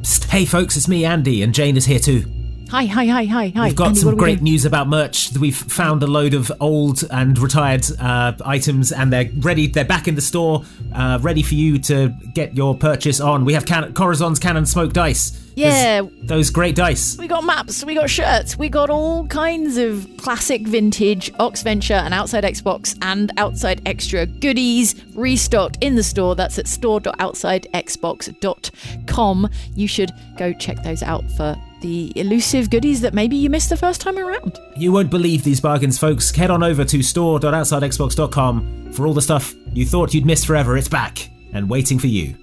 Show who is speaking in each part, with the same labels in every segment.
Speaker 1: Psst, hey folks, it's me, Andy, and Jane is here too.
Speaker 2: Hi, hi, hi, hi, hi.
Speaker 1: We've got
Speaker 2: Andy,
Speaker 1: some
Speaker 2: what are we
Speaker 1: great
Speaker 2: doing?
Speaker 1: news about merch. We've found a load of old and retired uh, items, and they're ready. They're back in the store, uh, ready for you to get your purchase on. We have can- Corazon's Cannon Smoke Dice.
Speaker 2: Yeah.
Speaker 1: There's those great dice.
Speaker 2: We got maps, we got shirts, we got all kinds of classic vintage Ox Venture and Outside Xbox and Outside Extra goodies restocked in the store. That's at store.outsidexbox.com. You should go check those out for the elusive goodies that maybe you missed the first time around.
Speaker 1: You won't believe these bargains, folks. Head on over to store.outsidexbox.com for all the stuff you thought you'd missed forever. It's back and waiting for you.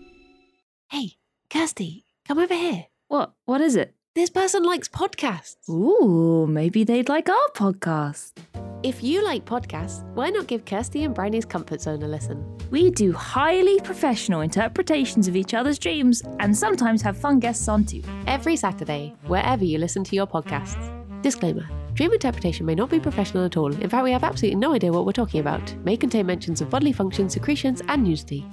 Speaker 3: Hey, Kirsty, come over here.
Speaker 4: What? What is it?
Speaker 3: This person likes podcasts.
Speaker 4: Ooh, maybe they'd like our podcast.
Speaker 3: If you like podcasts, why not give Kirsty and Bryony's Comfort Zone a listen?
Speaker 4: We do highly professional interpretations of each other's dreams and sometimes have fun guests on too.
Speaker 3: Every Saturday, wherever you listen to your podcasts. Disclaimer Dream interpretation may not be professional at all. In fact, we have absolutely no idea what we're talking about. May contain mentions of bodily functions, secretions, and nudity.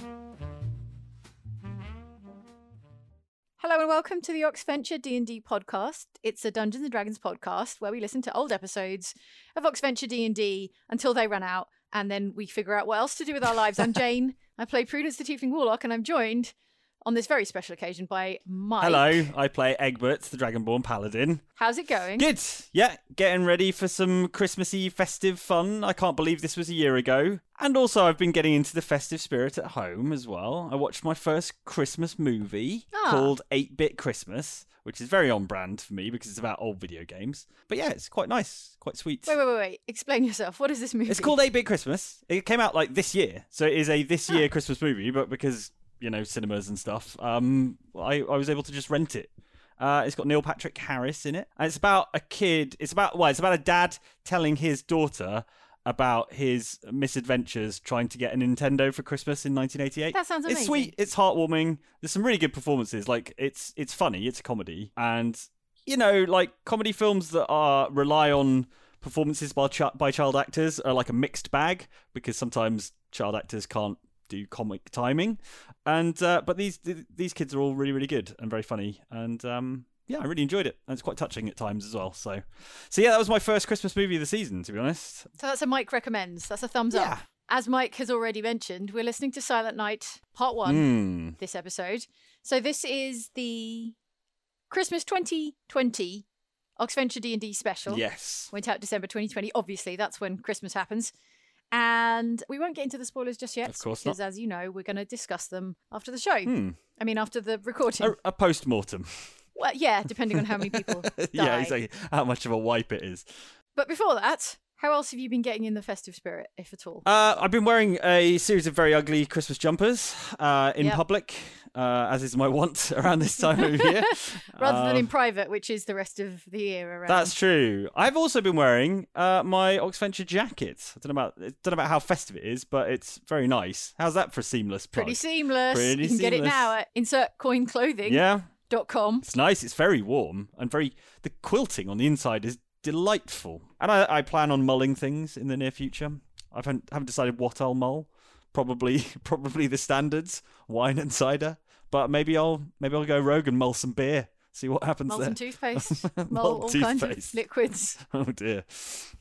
Speaker 5: Hello and welcome to the Oxventure D&D podcast. It's a Dungeons and Dragons podcast where we listen to old episodes of Oxventure D&D until they run out and then we figure out what else to do with our lives. I'm Jane. I play Prudence the Tiefling Warlock and I'm joined on this very special occasion by Mike.
Speaker 6: Hello, I play Egbert, the Dragonborn Paladin.
Speaker 5: How's it going?
Speaker 6: Good, yeah, getting ready for some Christmassy festive fun. I can't believe this was a year ago. And also, I've been getting into the festive spirit at home as well. I watched my first Christmas movie
Speaker 5: Ah.
Speaker 6: called 8 Bit Christmas, which is very on brand for me because it's about old video games. But yeah, it's quite nice, quite sweet.
Speaker 5: Wait, wait, wait, wait. Explain yourself. What is this movie?
Speaker 6: It's called 8 Bit Christmas. It came out like this year. So it is a this year
Speaker 5: Ah.
Speaker 6: Christmas movie, but because, you know, cinemas and stuff, um, I, I was able to just rent it. Uh, it's got Neil Patrick Harris in it. And it's about a kid. It's about, well, it's about a dad telling his daughter about his misadventures trying to get a Nintendo for Christmas in 1988.
Speaker 5: That sounds
Speaker 6: It's
Speaker 5: amazing.
Speaker 6: sweet. It's heartwarming. There's some really good performances. Like, it's it's funny. It's a comedy. And, you know, like comedy films that are rely on performances by, ch- by child actors are like a mixed bag because sometimes child actors can't do comic timing and uh, but these th- these kids are all really really good and very funny and um yeah i really enjoyed it and it's quite touching at times as well so so yeah that was my first christmas movie of the season to be honest
Speaker 5: So that's a Mike recommends. That's a thumbs
Speaker 6: Yeah.
Speaker 5: up. As Mike has already mentioned, we're listening to Silent Night Part 1.
Speaker 6: Hmm.
Speaker 5: this episode. So this is the Christmas 2020 Oxventure D&D special.
Speaker 6: yes
Speaker 5: Went out December 2020. Obviously, that's when Christmas happens. And we won't get into the spoilers just yet
Speaker 6: Of course
Speaker 5: because as you know, we're going to discuss them after the show.
Speaker 6: hmm. Oh.
Speaker 5: I mean, after the recording.
Speaker 6: a, a post-mortem
Speaker 5: Well, yeah, depending on how many people die.
Speaker 6: yeah exactly how much of a wipe it is
Speaker 5: But before that, how else have you been getting in the festive spirit, if at all?
Speaker 6: Uh, I've been wearing a series of very ugly Christmas jumpers uh, in
Speaker 5: Yep.
Speaker 6: public, uh, as is my want around this time of year.
Speaker 5: Rather than in
Speaker 6: Um,
Speaker 5: private, which is the rest of the year around.
Speaker 6: that's true. I've also been wearing uh, my Oxventure jacket. I don't know about don't know about how festive it is, but it's very nice. How's that for a seamless plug?
Speaker 5: pretty seamless.
Speaker 6: Pretty
Speaker 5: you can get it now at insertcoinclothing.com.
Speaker 6: Yeah, it's nice. It's very warm and very. The quilting on the inside is delightful, and I, I plan on mulling things in the near future. I haven't, haven't decided what I'll mull. Probably, probably the standards, wine and cider. But maybe I'll maybe I'll go rogue and mull some beer. See what happens
Speaker 5: Mull
Speaker 6: there.
Speaker 5: some toothpaste. Mull
Speaker 6: Mull
Speaker 5: all kinds of
Speaker 6: toothpaste.
Speaker 5: liquids.
Speaker 6: oh dear.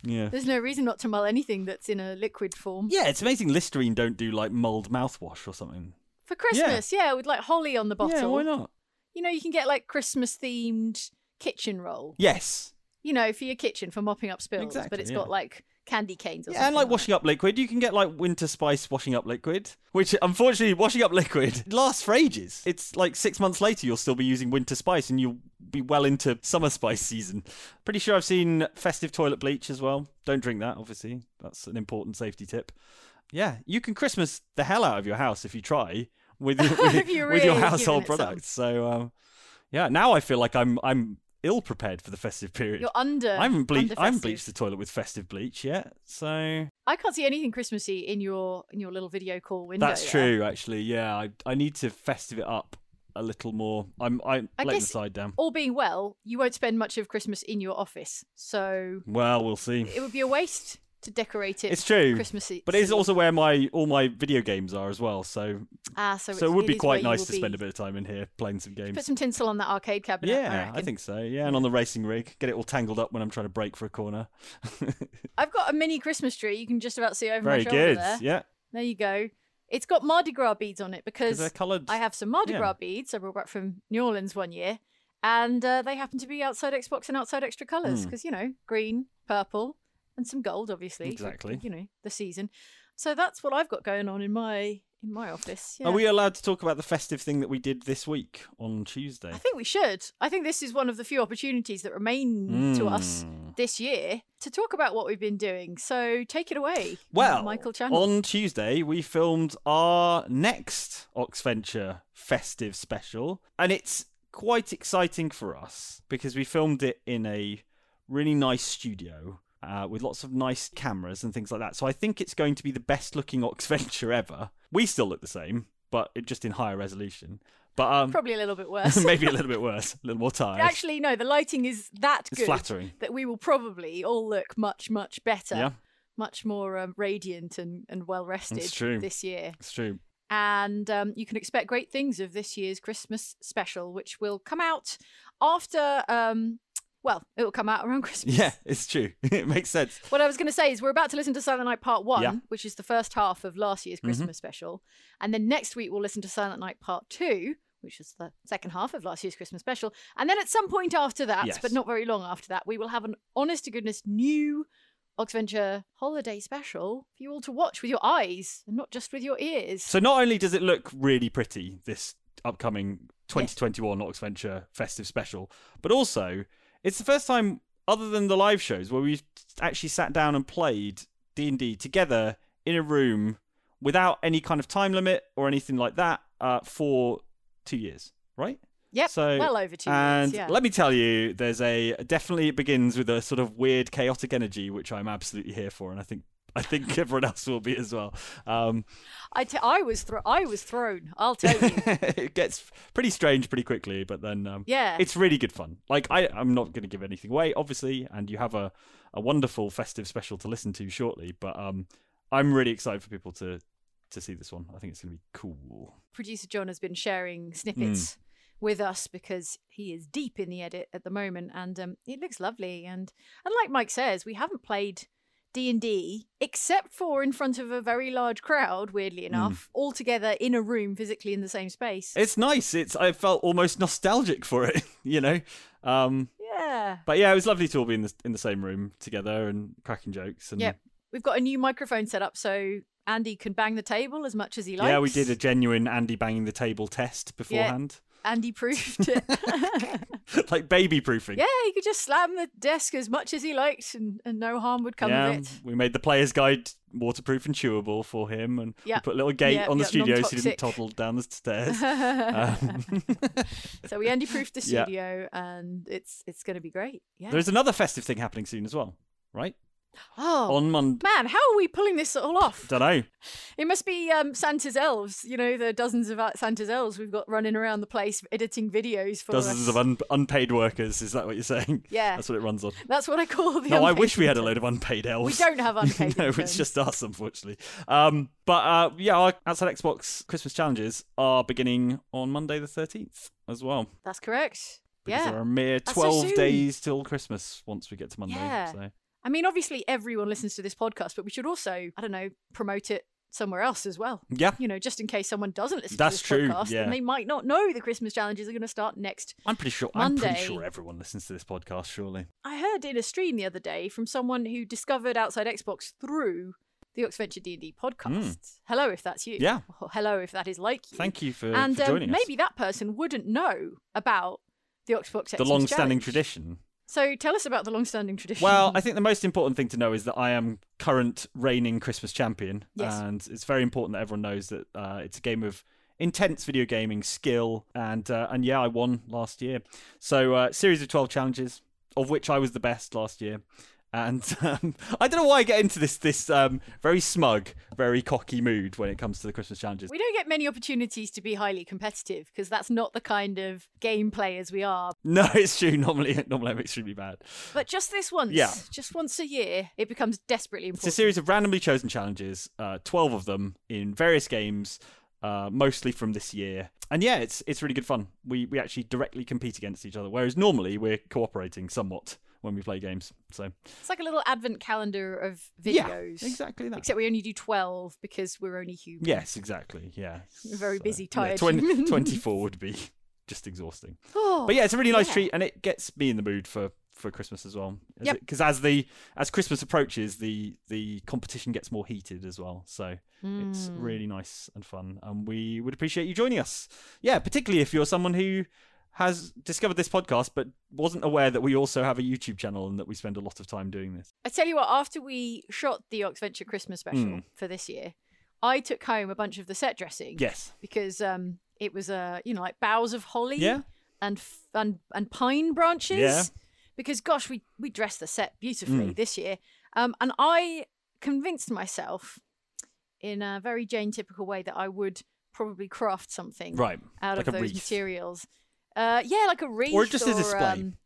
Speaker 6: Yeah.
Speaker 5: There's no reason not to mull anything that's in a liquid form.
Speaker 6: Yeah, it's amazing Listerine don't do like mulled mouthwash or something.
Speaker 5: For Christmas, yeah. with like holly on the bottle.
Speaker 6: Yeah, why not?
Speaker 5: You know, you can get like Christmas themed kitchen roll.
Speaker 6: Yes.
Speaker 5: You know, for your kitchen for mopping up spills, but
Speaker 6: Exactly,
Speaker 5: it's
Speaker 6: yeah.
Speaker 5: got like candy canes or
Speaker 6: Yeah, and
Speaker 5: something
Speaker 6: like
Speaker 5: on
Speaker 6: washing up liquid, you can get like winter spice washing up liquid, which unfortunately washing up liquid lasts for ages. It's like six months later, you'll still be using winter spice, and you'll be well into summer spice season. Pretty sure I've seen festive toilet bleach as well. Don't drink that, obviously. That's an important safety tip. Yeah, you can Christmas the hell out of your house if you try with your, with,
Speaker 5: If you're
Speaker 6: with your
Speaker 5: really giving
Speaker 6: household
Speaker 5: it some.
Speaker 6: products. So um, yeah, now I feel like I'm I'm ill prepared for the festive
Speaker 5: it.
Speaker 6: period.
Speaker 5: You're under.
Speaker 6: I haven't bleached.
Speaker 5: under
Speaker 6: I haven't
Speaker 5: festive.
Speaker 6: bleached the toilet with festive bleach yet, so
Speaker 5: I can't see anything Christmassy in your in your little video call window.
Speaker 6: That's
Speaker 5: there.
Speaker 6: true, actually. Yeah, I, I need to festive it up a little more. I'm I'm
Speaker 5: I
Speaker 6: letting
Speaker 5: guess-
Speaker 6: the side down.
Speaker 5: All being well, you won't spend much of Christmas in your office, so
Speaker 6: Well, we'll see.
Speaker 5: it would be a waste. to decorate it.
Speaker 6: It's true.
Speaker 5: Christmassy.
Speaker 6: But it is also where my all my video games are as well. So
Speaker 5: ah, so,
Speaker 6: so
Speaker 5: it's-
Speaker 6: it would be
Speaker 5: is
Speaker 6: quite
Speaker 5: where you
Speaker 6: nice
Speaker 5: will
Speaker 6: to spend
Speaker 5: be-
Speaker 6: a bit of time in here playing some
Speaker 5: Put
Speaker 6: games.
Speaker 5: some tinsel on that arcade cabinet.
Speaker 6: Yeah, I,
Speaker 5: reckon.
Speaker 6: think so. Yeah, and on the racing rig, get it all tangled up when I'm trying to brake for a corner.
Speaker 5: I've got a mini Christmas tree. You can just about see over
Speaker 6: Very
Speaker 5: my shoulder
Speaker 6: good.
Speaker 5: there.
Speaker 6: Yeah,
Speaker 5: There you go. It's got Mardi Gras beads on it
Speaker 6: because
Speaker 5: because
Speaker 6: they're coloured.
Speaker 5: I have some Mardi
Speaker 6: Yeah.
Speaker 5: Gras beads I brought back from New Orleans one year, and uh, they happen to be outside Xbox and outside extra colours
Speaker 6: Hmm.
Speaker 5: because you know green, purple, and some gold, obviously. for,
Speaker 6: Exactly.
Speaker 5: you know the season. So that's what I've got going on in my in my office. Yeah.
Speaker 6: Are we allowed to talk about the festive thing that we did this week on Tuesday?
Speaker 5: I think we should. I think this is one of the few opportunities that remain to us
Speaker 6: Mm.
Speaker 5: this year to talk about what we've been doing. So take it away,
Speaker 6: Well,
Speaker 5: Michael Channel.
Speaker 6: on Tuesday we filmed our next Oxventure festive special, and it's quite exciting for us because we filmed it in a really nice studio uh, with lots of nice cameras and things like that. So I think it's going to be the best looking Oxventure ever. We still look the same, but it, just in higher resolution. But um,
Speaker 5: Probably a little bit worse.
Speaker 6: maybe a little bit worse, a little more tired.
Speaker 5: Actually, no. The lighting is that
Speaker 6: it's
Speaker 5: good
Speaker 6: flattering.
Speaker 5: that we will probably all look much, much better,
Speaker 6: Yeah,
Speaker 5: much more um, radiant and, and well rested
Speaker 6: It's true.
Speaker 5: this year.
Speaker 6: it's true.
Speaker 5: And um, you can expect great things of this year's Christmas special, which will come out after. Um, well, it will come out around Christmas.
Speaker 6: Yeah, it's true. it makes sense.
Speaker 5: What I was going to say is we're about to listen to Silent Night Part One,
Speaker 6: Yeah. Mm-hmm.
Speaker 5: which is the first half of last year's Christmas special, and then next week we'll listen to Silent Night Part Two, which is the second half of last year's Christmas special, and then at some point after that,
Speaker 6: Yes.
Speaker 5: but not very long after that, we will have an honest to goodness new Oxventure holiday special for you all to watch with your eyes and not just with your ears.
Speaker 6: So not only does it look really pretty, this upcoming 2021 Oxventure festive special, but also it's the first time, other than the live shows, where we actually sat down and played D and D together in a room without any kind of time limit or anything like that uh, for two years, right?
Speaker 5: yep,
Speaker 6: so-
Speaker 5: well over two
Speaker 6: and
Speaker 5: years. Yeah.
Speaker 6: let me tell you, there's a definitely it begins with a sort of weird chaotic energy, which I'm absolutely here for, and I think I think everyone else will be as well. Um,
Speaker 5: I, t- I was thro- I was thrown. I'll tell you.
Speaker 6: it gets pretty strange pretty quickly, but then um,
Speaker 5: Yeah.
Speaker 6: it's really good fun. Like I, I'm not going to give anything away, obviously, and you have a, a wonderful festive special to listen to shortly. But um, I'm really excited for people to to see this one. I think it's going to be cool.
Speaker 5: producer John has been
Speaker 6: Hmm.
Speaker 5: sharing snippets with us because he is deep in the edit at the moment, and um, it looks lovely. And and like Mike says, we haven't played D and D except for in front of a very large crowd. Weirdly
Speaker 6: Hmm.
Speaker 5: enough, all together in a room, physically in the same space.
Speaker 6: It's nice. It's I felt almost nostalgic for it, you know. Um,
Speaker 5: yeah.
Speaker 6: but yeah, it was lovely to all be in the in the same room together and cracking jokes. And
Speaker 5: Yep. We've got a new microphone set up, so Andy can bang the table as much as he likes.
Speaker 6: yeah, we did a genuine Andy banging the table test beforehand,
Speaker 5: Andy proved it.
Speaker 6: like baby proofing.
Speaker 5: yeah, he could just slam the desk as much as he liked, and, and no harm would come of it.
Speaker 6: We made the player's guide waterproof and chewable for him, and
Speaker 5: Yeah.
Speaker 6: we put a little gate
Speaker 5: Yeah,
Speaker 6: on the
Speaker 5: yeah,
Speaker 6: studio so he
Speaker 5: non-toxic.
Speaker 6: didn't toddle down the stairs. Um,
Speaker 5: so we Andy proofed the
Speaker 6: Yeah.
Speaker 5: studio, and it's it's going to be great. Yeah.
Speaker 6: There's another festive thing happening soon as well, right?
Speaker 5: oh
Speaker 6: On Monday.
Speaker 5: man, how are we pulling this all off?
Speaker 6: Don't know.
Speaker 5: It must be um, Santa's elves. You know the dozens of uh, Santa's elves we've got running around the place editing videos for
Speaker 6: Dozens
Speaker 5: us.
Speaker 6: of un- unpaid workers. Is that what you're saying?
Speaker 5: Yeah.
Speaker 6: That's what it runs on.
Speaker 5: That's what I call the.
Speaker 6: No, I
Speaker 5: unpaid
Speaker 6: wish we had a
Speaker 5: interns.
Speaker 6: load of unpaid elves.
Speaker 5: We don't have unpaid.
Speaker 6: no,
Speaker 5: interns.
Speaker 6: it's just us, unfortunately. Um, but uh, yeah, our outside Xbox Christmas challenges are beginning on Monday the 13th as well.
Speaker 5: that's correct.
Speaker 6: Because
Speaker 5: Yeah.
Speaker 6: there are a mere
Speaker 5: That's so
Speaker 6: 12
Speaker 5: soon.
Speaker 6: days till Christmas once we get to Monday.
Speaker 5: Yeah.
Speaker 6: So.
Speaker 5: I mean, obviously everyone listens to this podcast, but we should also, I don't know, promote it somewhere else as well.
Speaker 6: Yeah.
Speaker 5: You know, just in case someone doesn't listen
Speaker 6: That's
Speaker 5: to this
Speaker 6: true,
Speaker 5: podcast,
Speaker 6: yeah.
Speaker 5: and they might not know the Christmas challenges are going to start next
Speaker 6: I'm pretty sure. I'm
Speaker 5: Monday.
Speaker 6: pretty sure everyone listens to this podcast. Surely.
Speaker 5: I heard in a stream the other day from someone who discovered Outside Xbox through the Oxventure D&D podcast. Hello if that's you.
Speaker 6: Hmm. Yeah.
Speaker 5: Or hello if that is like you.
Speaker 6: Thank you for,
Speaker 5: And
Speaker 6: for
Speaker 5: um,
Speaker 6: joining us.
Speaker 5: maybe that person wouldn't know about the Xbox
Speaker 6: the
Speaker 5: Xmas
Speaker 6: long-standing
Speaker 5: challenge.
Speaker 6: tradition.
Speaker 5: So tell us about the long-standing tradition.
Speaker 6: Well, I think the most important thing to know is that I am current reigning Christmas champion,
Speaker 5: Yes.
Speaker 6: and it's very important that everyone knows that uh, it's a game of intense video gaming skill, and uh, and yeah, I won last year. So uh, series of twelve challenges, of which I was the best last year, And um, I don't know why I get into this this um, very smug, very cocky mood when it comes to the Christmas challenges.
Speaker 5: We don't get many opportunities to be highly competitive because that's not the kind of game players we are.
Speaker 6: No, it's true. Normally, normally I'm extremely bad.
Speaker 5: But just this once,
Speaker 6: Yeah.
Speaker 5: just once a year, it becomes desperately
Speaker 6: It's a
Speaker 5: important.
Speaker 6: series of randomly chosen challenges, uh, 12 of them in various games, uh, mostly from this year. And yeah, it's it's really good fun. We we actually directly compete against each other, whereas normally we're cooperating somewhat when we play games. So
Speaker 5: It's like a little advent calendar of
Speaker 6: yeah,
Speaker 5: videos.
Speaker 6: exactly that.
Speaker 5: Except we only do 12 because we're only human.
Speaker 6: yes, exactly. Yeah,
Speaker 5: We're very busy, tired
Speaker 6: twen-
Speaker 5: humans.
Speaker 6: 24 would be just exhausting.
Speaker 5: Oh,
Speaker 6: but yeah, it's a really nice
Speaker 5: yeah.
Speaker 6: treat, and it gets me in the mood for for Christmas as well.
Speaker 5: Yep.
Speaker 6: Because as the as Christmas approaches, the the competition gets more heated as well. So it's
Speaker 5: Hmm.
Speaker 6: really nice and fun, and we would appreciate you joining us. Yeah, particularly if you're someone who has discovered this podcast but wasn't aware that we also have a YouTube channel and that we spend a lot of time doing this.
Speaker 5: I tell you what, after we shot the Oxventure Christmas special
Speaker 6: Mm.
Speaker 5: for this year, I took home a bunch of the set dressing.
Speaker 6: Yes.
Speaker 5: Because um, it was, uh, you know, like boughs of holly
Speaker 6: Yeah.
Speaker 5: and, f- and and pine branches.
Speaker 6: Yeah.
Speaker 5: Because, gosh, we, we dressed the set beautifully
Speaker 6: Mm.
Speaker 5: this year. Um, and I convinced myself in a very Jane typical way that I would probably craft something
Speaker 6: Right.
Speaker 5: out
Speaker 6: like
Speaker 5: of
Speaker 6: a
Speaker 5: those
Speaker 6: wreath.
Speaker 5: materials. Uh, yeah, like a wreath,
Speaker 6: just a display.
Speaker 5: um,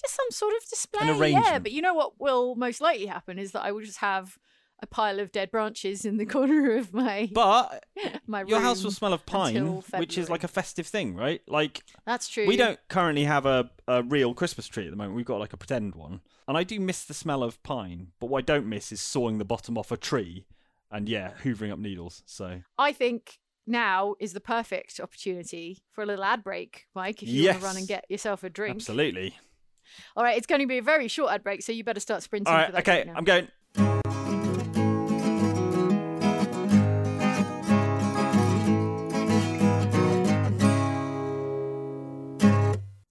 Speaker 5: just some sort of display. Yeah,
Speaker 6: arrangement.
Speaker 5: but you know what will most likely happen is that I will just have a pile of dead branches in the corner of my
Speaker 6: But
Speaker 5: my
Speaker 6: your house will
Speaker 5: room.
Speaker 6: smell of pine,
Speaker 5: until
Speaker 6: which is
Speaker 5: February.
Speaker 6: like a festive thing, right? Like
Speaker 5: That's true.
Speaker 6: We don't currently have a, a real Christmas tree at the moment. We've got like a pretend one. And I do miss the smell of pine, but what I don't miss is sawing the bottom off a tree and yeah, hoovering up needles. So
Speaker 5: I think now is the perfect opportunity for a little ad break, Mike. If you want
Speaker 6: Yes.
Speaker 5: to run and get yourself a drink.
Speaker 6: absolutely.
Speaker 5: All right, it's going to be a very short ad break, so you better start sprinting.
Speaker 6: All right,
Speaker 5: for that
Speaker 6: okay,
Speaker 5: drink now.
Speaker 6: I'm going.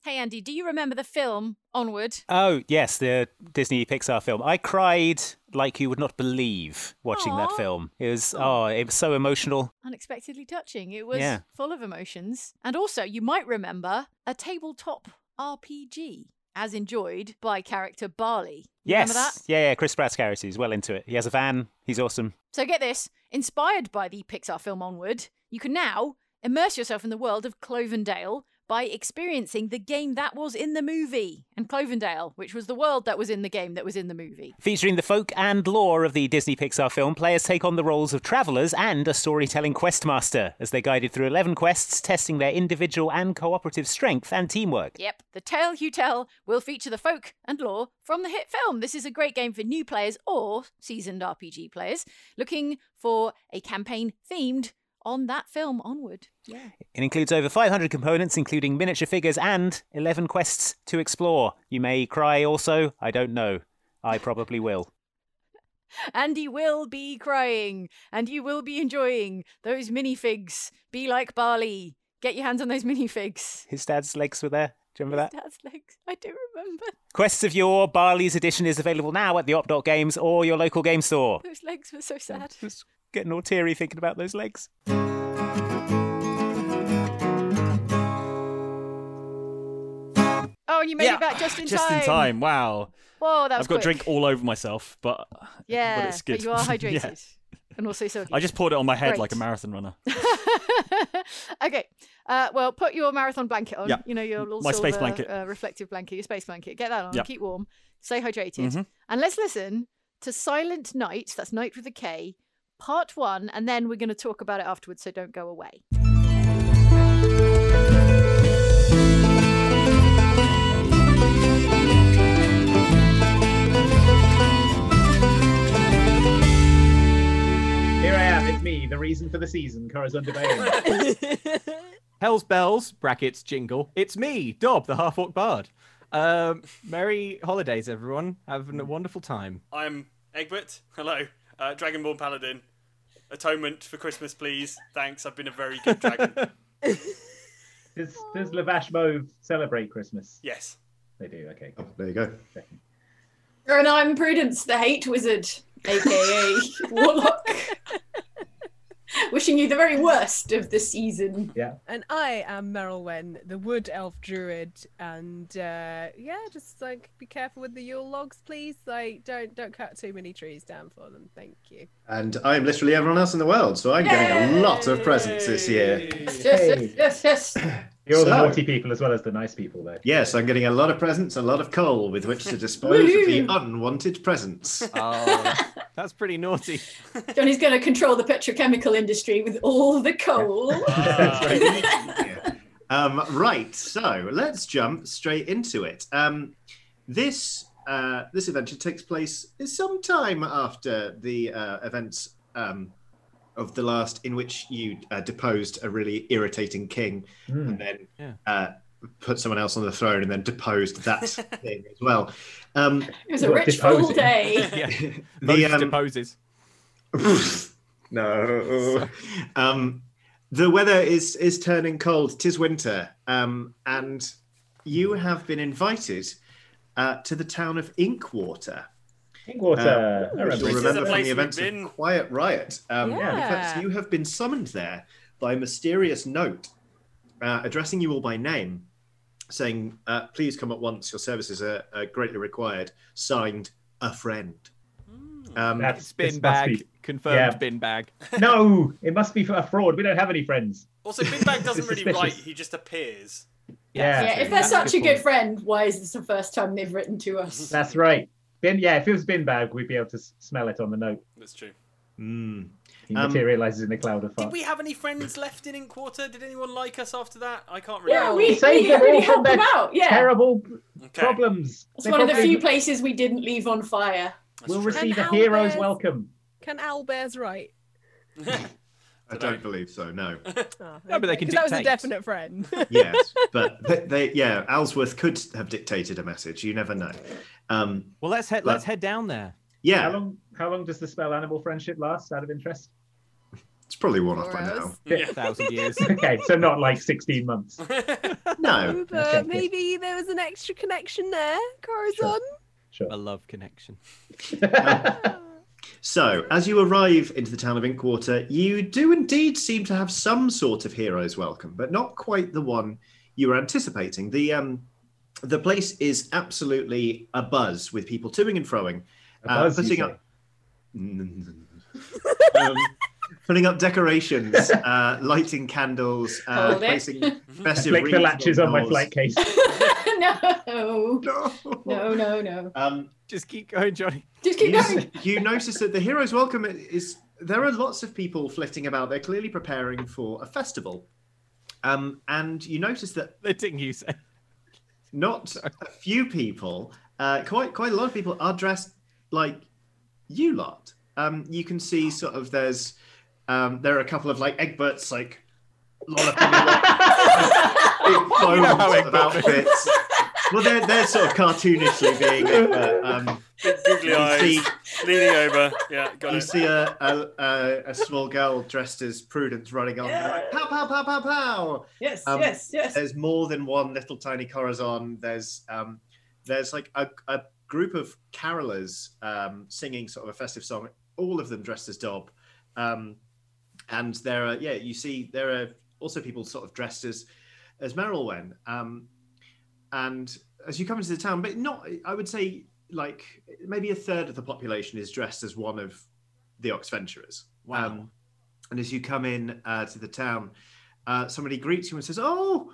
Speaker 5: Hey Andy, do you remember the film Onward?
Speaker 1: Oh, yes, the Disney Pixar film. I cried like you would not believe watching that
Speaker 5: Aw.
Speaker 1: film. It was oh, it was so emotional.
Speaker 5: unexpectedly touching. It was
Speaker 1: Yeah.
Speaker 5: full of emotions. And also, you might remember a tabletop RPG as enjoyed by character Barley. You
Speaker 1: Yes.
Speaker 5: Remember that?
Speaker 1: Yeah, yeah, Chris Pratt's character is well into it. He has a van. He's awesome.
Speaker 5: So get this, inspired by the Pixar film Onward, you can now immerse yourself in the world of Clovendale by experiencing the game that was in the movie. And Clovendale, which was the world that was in the game that was in the movie.
Speaker 1: Featuring the folk and lore of the Disney Pixar film, players take on the roles of travelers and a storytelling questmaster as they're guided through 11 quests, testing their individual and cooperative strength and teamwork.
Speaker 5: Yep, the tale you tell will feature the folk and lore from the hit film. This is a great game for new players or seasoned RPG players looking for a campaign themed on that film onward. Yeah.
Speaker 1: It includes over 500 components, including miniature figures and 11 quests to explore. You may cry also. I don't know. I probably will.
Speaker 5: Andy will be crying and you will be enjoying those minifigs. Be like Barley. Get your hands on those minifigs.
Speaker 1: His dad's legs were there. Do you remember that?
Speaker 5: Dad's legs. I do remember.
Speaker 1: Quests of Yore, Barley's edition is available now at the Op.Dot Games or your local game store.
Speaker 5: Those legs were so sad.
Speaker 1: Just getting all teary thinking about those legs.
Speaker 5: Oh, and you made
Speaker 6: yeah,
Speaker 5: it back just in
Speaker 6: just
Speaker 5: time.
Speaker 6: in time. Wow.
Speaker 5: Whoa, that was
Speaker 6: I've got
Speaker 5: quick.
Speaker 6: drink all over myself, but
Speaker 5: Yeah,
Speaker 6: but it's good.
Speaker 5: you are
Speaker 6: Yeah.
Speaker 5: hydrated. And also soggy.
Speaker 6: I just poured it on my head
Speaker 5: Great.
Speaker 6: like a marathon runner.
Speaker 5: okay. Uh, well, put your marathon blanket on.
Speaker 6: Yeah.
Speaker 5: You know your little
Speaker 6: My space
Speaker 5: silver,
Speaker 6: blanket.
Speaker 5: uh, reflective blanket, your space blanket. Get that on.
Speaker 6: Yeah. Mm-hmm.
Speaker 5: Keep warm. Stay hydrated. And let's listen to Silent Night. That's Night with a K, part one, and then we're going to talk about it afterwards. So don't go away.
Speaker 7: Here I am, it's me, the reason for the season, Corazon de Bayon.
Speaker 8: Hell's bells brackets jingle. It's me, Dob, the half orc bard. Um, merry holidays, everyone. Having a wonderful time.
Speaker 6: I'm Egbert. Hello. Uh, Dragonborn Paladin. Atonement for Christmas, please. Thanks. I've been a very good dragon.
Speaker 7: does, does Lavash Mauve celebrate Christmas?
Speaker 6: yes.
Speaker 7: They do, okay.
Speaker 9: Oh, there you go.
Speaker 10: And I'm Prudence, the hate wizard, aka Warlock.
Speaker 11: wishing you the very worst of the season.
Speaker 8: Yeah.
Speaker 12: And I am Merylwen, the wood elf druid, and uh, yeah, just like be careful with the Yule logs, please. Like, don't don't cut too many trees down for them. Thank you.
Speaker 9: And I'm literally everyone else in the world, so I'm getting a lot of presents this year.
Speaker 8: Hey.
Speaker 11: Yes, yes.
Speaker 8: You're all the
Speaker 9: So-
Speaker 8: naughty people as well as the nice people, though.
Speaker 9: Yes, I'm getting a lot of presents, a lot of coal with which to dispose of the unwanted presents.
Speaker 13: Oh, that's pretty naughty.
Speaker 11: Johnny's going to control the petrochemical industry with all the coal.
Speaker 14: Uh,
Speaker 13: Ah.
Speaker 9: Um, right, so let's jump straight into it. Um, this uh, this adventure takes place some time after the uh, events um, of the last, in which you uh, deposed a really irritating king and then
Speaker 13: Yeah.
Speaker 9: uh, put someone else on the throne, and then deposed that thing as well. Um,
Speaker 11: It was a Well, ritual deposing. day.
Speaker 8: um,
Speaker 13: yeah.
Speaker 9: the um,
Speaker 13: Most deposes.
Speaker 9: no. Um, the weather is is turning cold. Tis winter, um, and you have been invited uh, to the town of Inkwater.
Speaker 8: Inkwater,
Speaker 9: Uh,
Speaker 8: I remember.
Speaker 9: you'll
Speaker 8: This is
Speaker 9: remember
Speaker 8: the
Speaker 9: from
Speaker 8: place
Speaker 9: the
Speaker 8: we've
Speaker 9: events
Speaker 8: been.
Speaker 9: of Quiet Riot. Um, In fact,
Speaker 8: Yeah.
Speaker 9: you have been summoned there by a mysterious note uh, addressing you all by name, saying, uh, "Please come at once. Your services are, are greatly required." Signed, a friend. Um,
Speaker 8: That's-
Speaker 13: Bin
Speaker 8: this must
Speaker 13: bag.
Speaker 8: be-
Speaker 13: Confirmed
Speaker 8: Yeah.
Speaker 13: bin bag.
Speaker 8: no, it must be for a fraud. We don't have any friends.
Speaker 14: Also, Bin Bag doesn't really
Speaker 8: Suspicious.
Speaker 14: write, he just appears.
Speaker 8: Yeah.
Speaker 11: yeah, if they're such a good friend, why is this the first time they've written to us?
Speaker 8: That's right. Bin, yeah, if it was bin bag, we'd be able to s- smell it on the note.
Speaker 14: That's true.
Speaker 9: Mm.
Speaker 8: He
Speaker 9: Um,
Speaker 8: materializes in the cloud of fire.
Speaker 14: Did we have any friends left in Inkwater? Did anyone like us after that? I can't remember.
Speaker 11: we-
Speaker 8: saved
Speaker 11: we
Speaker 8: them
Speaker 11: really
Speaker 8: all from
Speaker 11: helped
Speaker 8: their
Speaker 11: them out, yeah.
Speaker 8: terrible
Speaker 14: Okay.
Speaker 8: problems.
Speaker 11: It's
Speaker 8: They
Speaker 11: one of the
Speaker 8: probably
Speaker 11: few places we didn't leave on fire.
Speaker 8: will
Speaker 12: That's true.
Speaker 8: receive a
Speaker 12: And
Speaker 8: hero's
Speaker 12: owlbears.
Speaker 8: welcome.
Speaker 12: Can owl bears write?
Speaker 9: I don't believe so. No.
Speaker 12: Oh,
Speaker 13: No, but they can
Speaker 12: 'cause That was a
Speaker 9: dictate.
Speaker 12: definite friend.
Speaker 9: yes, but they, they yeah, Alsworth could have dictated a message. You never know. Um,
Speaker 13: well, let's head.
Speaker 9: let's
Speaker 13: head down there.
Speaker 9: Yeah,
Speaker 8: How long? How long does the spell animal friendship last? Out of interest.
Speaker 9: it's probably worn off by now.
Speaker 13: Thousand years.
Speaker 8: okay, so not like sixteen months.
Speaker 9: No.
Speaker 12: But maybe there was an extra connection there, Corazon.
Speaker 13: A love connection.
Speaker 9: Um, So, as you arrive into the town of Inkwater, you do indeed seem to have some sort of hero's welcome, but not quite the one you were anticipating. The um, the place is absolutely abuzz with people toing and froing, uh,
Speaker 8: Abuzz, you
Speaker 9: putting
Speaker 8: say?
Speaker 9: up um, putting up decorations, uh, lighting candles, uh,
Speaker 11: Hold it.
Speaker 9: placing
Speaker 8: I
Speaker 9: festive
Speaker 8: flick the
Speaker 9: wreaths
Speaker 8: latches on my
Speaker 9: doors.
Speaker 8: flight case.
Speaker 11: no.
Speaker 9: No.
Speaker 11: No, no, no.
Speaker 9: Um,
Speaker 13: Just keep going, Johnny.
Speaker 11: Just keep
Speaker 9: you,
Speaker 11: going.
Speaker 9: you notice that the hero's welcome is there are lots of people flitting about. They're clearly preparing for a festival, um, and you notice that
Speaker 13: flitting. You say
Speaker 9: not a few people, uh, quite quite a lot of people are dressed like you lot. Um, you can see sort of there's um, there are a couple of like Egberts like big foam
Speaker 13: know how
Speaker 9: sort of
Speaker 13: Egbert is.
Speaker 9: outfits. Well, they're, they're sort of cartoonishly being Egbert. Um,
Speaker 14: Googly
Speaker 9: you
Speaker 14: eyes,
Speaker 9: see-
Speaker 14: leaning over. Yeah, got
Speaker 9: you
Speaker 14: it.
Speaker 9: see a, a, a, a small girl dressed as Prudence running on.
Speaker 11: Yeah.
Speaker 9: like, pow, pow, pow, pow, pow.
Speaker 11: Yes,
Speaker 9: Um,
Speaker 11: yes, yes.
Speaker 9: There's more than one little tiny Corazon. There's um, there's like a, a group of carolers um, singing sort of a festive song. All of them dressed as Dob. Um, and there are yeah, you see there are also people sort of dressed as as Merylwen. Um, and as you come into the town, but not I would say like maybe a third of the population is dressed as one of the Oxventurers. Wow. and as you come in uh, to the town, uh, somebody greets you and says, "Oh,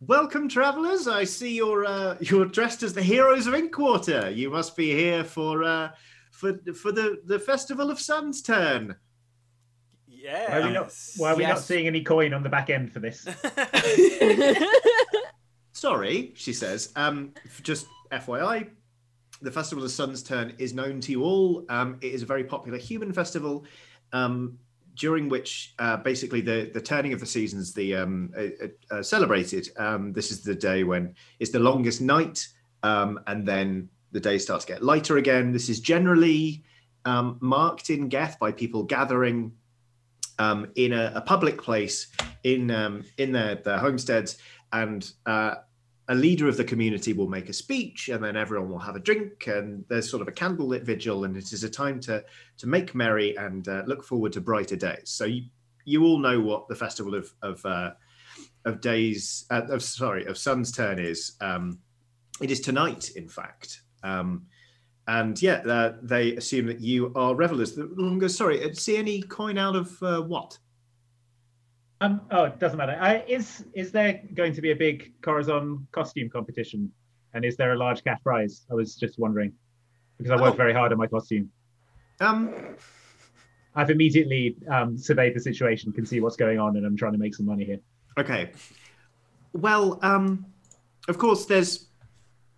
Speaker 9: welcome, travellers! I see you're uh, you're dressed as the heroes of Inkwater. You must be here for uh, for for the the festival of Sun's Turn."
Speaker 14: Yeah.
Speaker 8: Why are we not? Why are we not
Speaker 9: Yes.
Speaker 8: seeing any coin on the back end for this?
Speaker 9: Sorry, she says. Um, f- just FYI, the Festival of Sun's Turn is known to you all. Um, it is a very popular human festival, um, during which uh, basically the the turning of the seasons the um, uh, uh, celebrated. Um, this is the day when it's the longest night, um, and then the day starts to get lighter again. This is generally um, marked in Geth by people gathering um, in a, a public place in um, in their, their homesteads, and uh, a leader of the community will make a speech, and then everyone will have a drink, and there's sort of a candlelit vigil, and it is a time to to make merry and uh, look forward to brighter days. So you, you all know what the festival of of uh, of days uh, of sorry of sun's turn is. Um, it is tonight, in fact. Um, and yeah, uh, they assume that you are revelers. The woman goes, "Sorry, uh, see any coin out of uh, what?"
Speaker 8: Um, oh, it doesn't matter. I, is is there going to be a big Corazon costume competition? And is there a large cash prize? I was just wondering because I worked very hard on my costume.
Speaker 9: Um,
Speaker 8: I've immediately um, surveyed the situation, can see what's going on, and I'm trying to make some money here.
Speaker 9: Okay. Well, um, of course, there's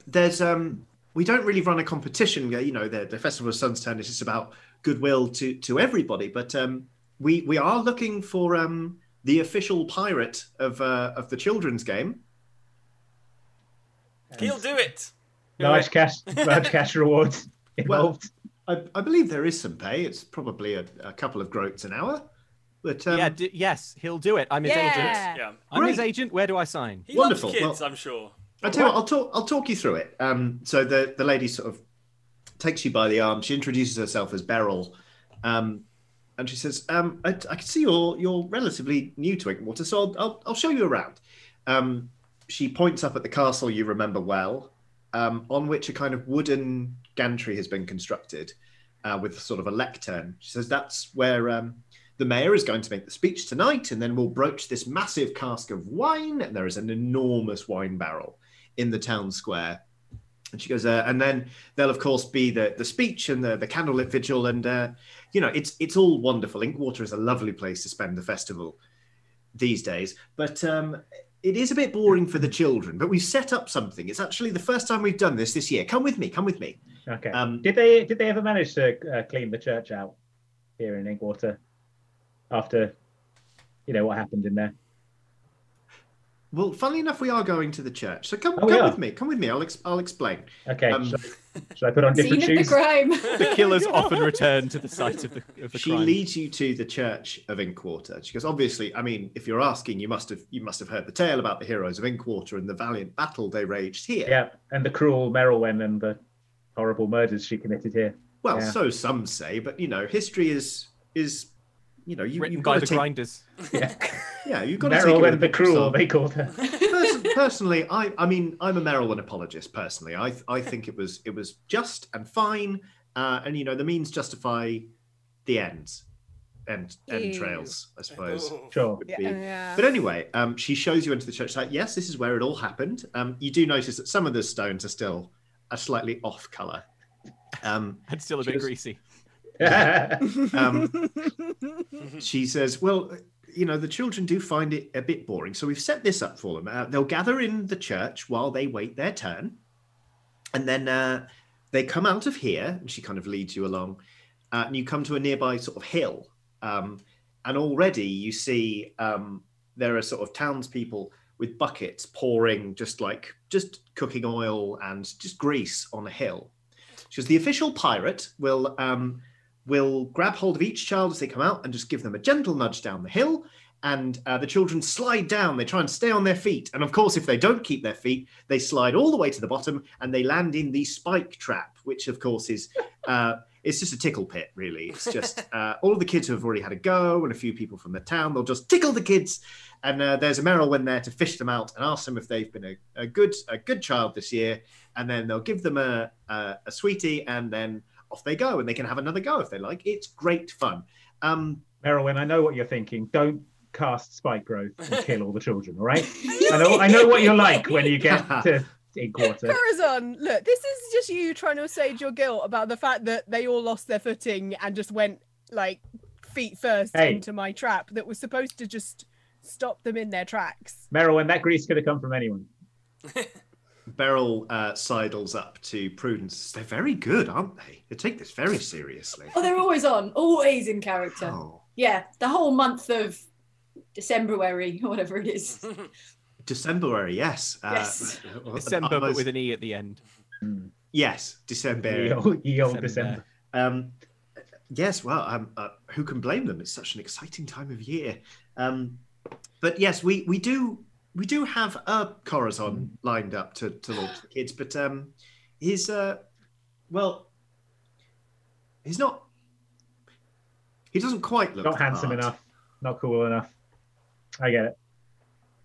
Speaker 9: there's um, we don't really run a competition. You know, the, the Festival of Sun's Turn is just about goodwill to to everybody. But um, we we are looking for um, the official pirate of uh, of the children's game.
Speaker 14: He'll do it.
Speaker 8: Large cash, large cash rewards involved.
Speaker 9: Well, I, I believe there is some pay. It's probably a, a couple of groats an hour. But um,
Speaker 13: yeah, d- yes, he'll do it. I'm his
Speaker 14: Yeah.
Speaker 13: agent.
Speaker 14: Yeah.
Speaker 13: I'm his
Speaker 9: Great.
Speaker 13: agent. Where do I sign?
Speaker 14: He loves kids, I'm sure.
Speaker 9: I tell you what, I'll talk. I'll talk you through it. Um, so the the lady sort of takes you by the arm. She introduces herself as Beryl, um, and she says, um, I, "I can see you're you're relatively new to Inkwater, so I'll, I'll I'll show you around." Um, she points up at the castle you remember well, um, on which a kind of wooden gantry has been constructed, uh, with sort of a lectern. She says, "That's where." Um, the mayor is going to make the speech tonight, and then we'll broach this massive cask of wine. And there is an enormous wine barrel in the town square. And she goes, uh, and then there'll of course be the the speech and the the candlelit vigil, and uh, you know it's it's all wonderful. Inkwater is a lovely place to spend the festival these days, but um, it is a bit boring for the children. But we've set up something. It's actually the first time we've done this this year. Come with me. Come with me.
Speaker 8: Okay. did they did they ever manage to uh, clean the church out here in Inkwater after you know what happened in there?
Speaker 9: Well, funnily enough, we are going to the church. So come
Speaker 8: Oh, we
Speaker 9: come
Speaker 8: are.
Speaker 9: with me. Come with me. I'll ex- I'll explain.
Speaker 8: Okay.
Speaker 9: Um,
Speaker 8: shall, I- shall I put on different
Speaker 11: Scene of the
Speaker 8: shoes?
Speaker 11: crime.
Speaker 13: The killers often return to the site of the, of the
Speaker 9: she
Speaker 13: crime.
Speaker 9: leads you to the church of Inkwater. She goes, obviously, I mean, if you're asking, you must have you must have heard the tale about the heroes of Inkwater and the valiant battle they waged here.
Speaker 8: Yeah, and the cruel Merylwen and the horrible murders she committed here.
Speaker 9: Well,
Speaker 8: Yeah.
Speaker 9: so some say, but you know, history is is you know you
Speaker 13: Written
Speaker 9: you've
Speaker 13: by
Speaker 9: gotta
Speaker 13: the
Speaker 9: take-
Speaker 13: grinders.
Speaker 9: Yeah, you've got to take it with
Speaker 8: Merylwen
Speaker 9: a
Speaker 8: the
Speaker 9: pinch of
Speaker 8: cruel,
Speaker 9: salt.
Speaker 8: they called her.
Speaker 9: Person, personally, I I mean, I'm a Merylwen apologist. Personally, I I think it was it was just and fine, uh, and you know, the means justify the ends, and end
Speaker 12: Ew. Oh.
Speaker 9: trails, I suppose.
Speaker 14: Oh.
Speaker 8: Sure.
Speaker 9: would
Speaker 12: Yeah.
Speaker 9: be.
Speaker 12: Yeah.
Speaker 9: But anyway, um, she shows you into the church site. Yes, this is where it all happened. Um, you do notice that some of the stones are still a slightly off color. Um,
Speaker 13: and still a bit greasy.
Speaker 9: um, she says, "Well, you know, the children do find it a bit boring, so we've set this up for them. Uh, they'll gather in the church while they wait their turn, and then uh, they come out of here." And she kind of leads you along, uh, and you come to a nearby sort of hill, um, and already you see um, there are sort of townspeople with buckets pouring just like just cooking oil and just grease on a hill. She says the official pirate will um, will grab hold of each child as they come out and just give them a gentle nudge down the hill. And uh, the children slide down. They try and stay on their feet. And of course, if they don't keep their feet, they slide all the way to the bottom and they land in the spike trap, which of course is uh, it's just a tickle pit, really. It's just uh, all of the kids who have already had a go and a few people from the town. They'll just tickle the kids, and uh, there's a Merylwen there to fish them out and ask them if they've been a, a good a good child this year, and then they'll give them a, a a sweetie, and then off they go, and they can have another go if they like. It's great fun. Um,
Speaker 8: Merylwen, I know what you're thinking. Don't cast spike growth and kill all the children, all right? I know, I know what you're like when you get to Inkwater.
Speaker 12: Corazon, look, this is just you trying to assuage your guilt about the fact that they all lost their footing and just went like feet first
Speaker 8: Hey.
Speaker 12: into my trap that was supposed to just stop them in their tracks.
Speaker 8: Merylwen, that grease could have come from anyone.
Speaker 9: Beryl uh, sidles up to Prudence. They're very good, aren't they? They take this very seriously. Oh,
Speaker 11: Oh, they're always on, always in character. Yeah, the whole month of Decemberary or whatever it is.
Speaker 9: December, yes. Uh,
Speaker 11: Yes.
Speaker 13: December, but with an E at the end.
Speaker 9: Yes, December.
Speaker 13: Ye ol- ye ol' December.
Speaker 9: Um, yes, well, um, uh, who can blame them? It's such an exciting time of year. Um, but yes, we, we do we do have a Corazon lined up to, to launch the kids, but um, he's uh, well, he's not. He doesn't quite look
Speaker 8: Not
Speaker 9: the
Speaker 8: handsome
Speaker 9: part.
Speaker 8: enough. not cool enough. I get it.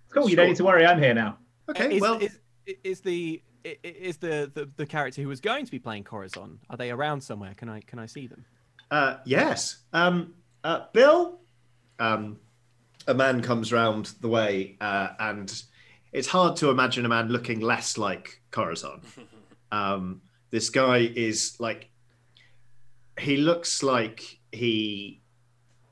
Speaker 8: It's cool. You don't need to worry. I'm here now.
Speaker 9: Okay,
Speaker 6: Is,
Speaker 9: well-
Speaker 6: is, is the i- i- is the, the the character who was going to be playing Corazon? Are they around somewhere? Can I can I see them?
Speaker 9: Uh, yes. Um, uh, Bill, um, a man comes round the way, uh, and it's hard to imagine a man looking less like Corazon. Um, this guy is like, he looks like he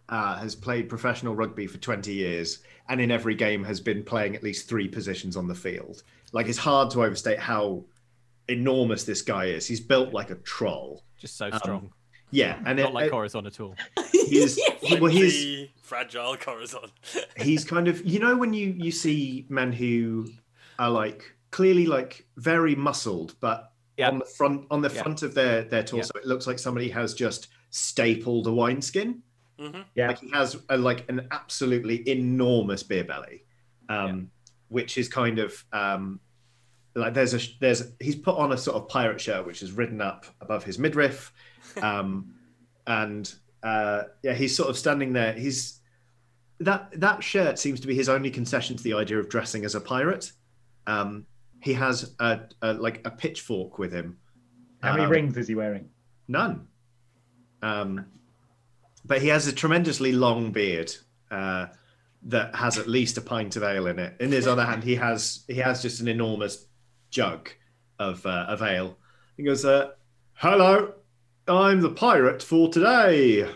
Speaker 9: uh, has played professional rugby for 20 years and in every game has been playing at least three positions on the field. Like, it's hard to overstate how enormous this guy is. He's built like a troll.
Speaker 6: Just so
Speaker 9: Um,
Speaker 6: strong.
Speaker 9: Yeah, and
Speaker 6: not
Speaker 9: it-
Speaker 6: like
Speaker 9: it-
Speaker 6: Corazon at all.
Speaker 9: he is he- well he's
Speaker 12: The fragile Corazon.
Speaker 9: he's kind of you know when you you see men who are like clearly like very muscled but on the front on the
Speaker 8: Yeah.
Speaker 9: front of their their torso it looks like somebody has just stapled a wineskin
Speaker 12: Mm-hmm.
Speaker 9: yeah like he has a, like an absolutely enormous beer belly um which is kind of um like there's a sh- there's he's put on a sort of pirate shirt which is ridden up above his midriff um and uh yeah he's sort of standing there he's that that shirt seems to be his only concession to the idea of dressing as a pirate um he has a, a like a pitchfork with him
Speaker 8: How many
Speaker 9: Um,
Speaker 8: rings is he wearing?
Speaker 9: None. Um, but he has a tremendously long beard uh, that has at least a pint of ale in it. In his other hand, he has he has just an enormous jug of uh, of ale. He goes, uh, "Hello, I'm the pirate for today."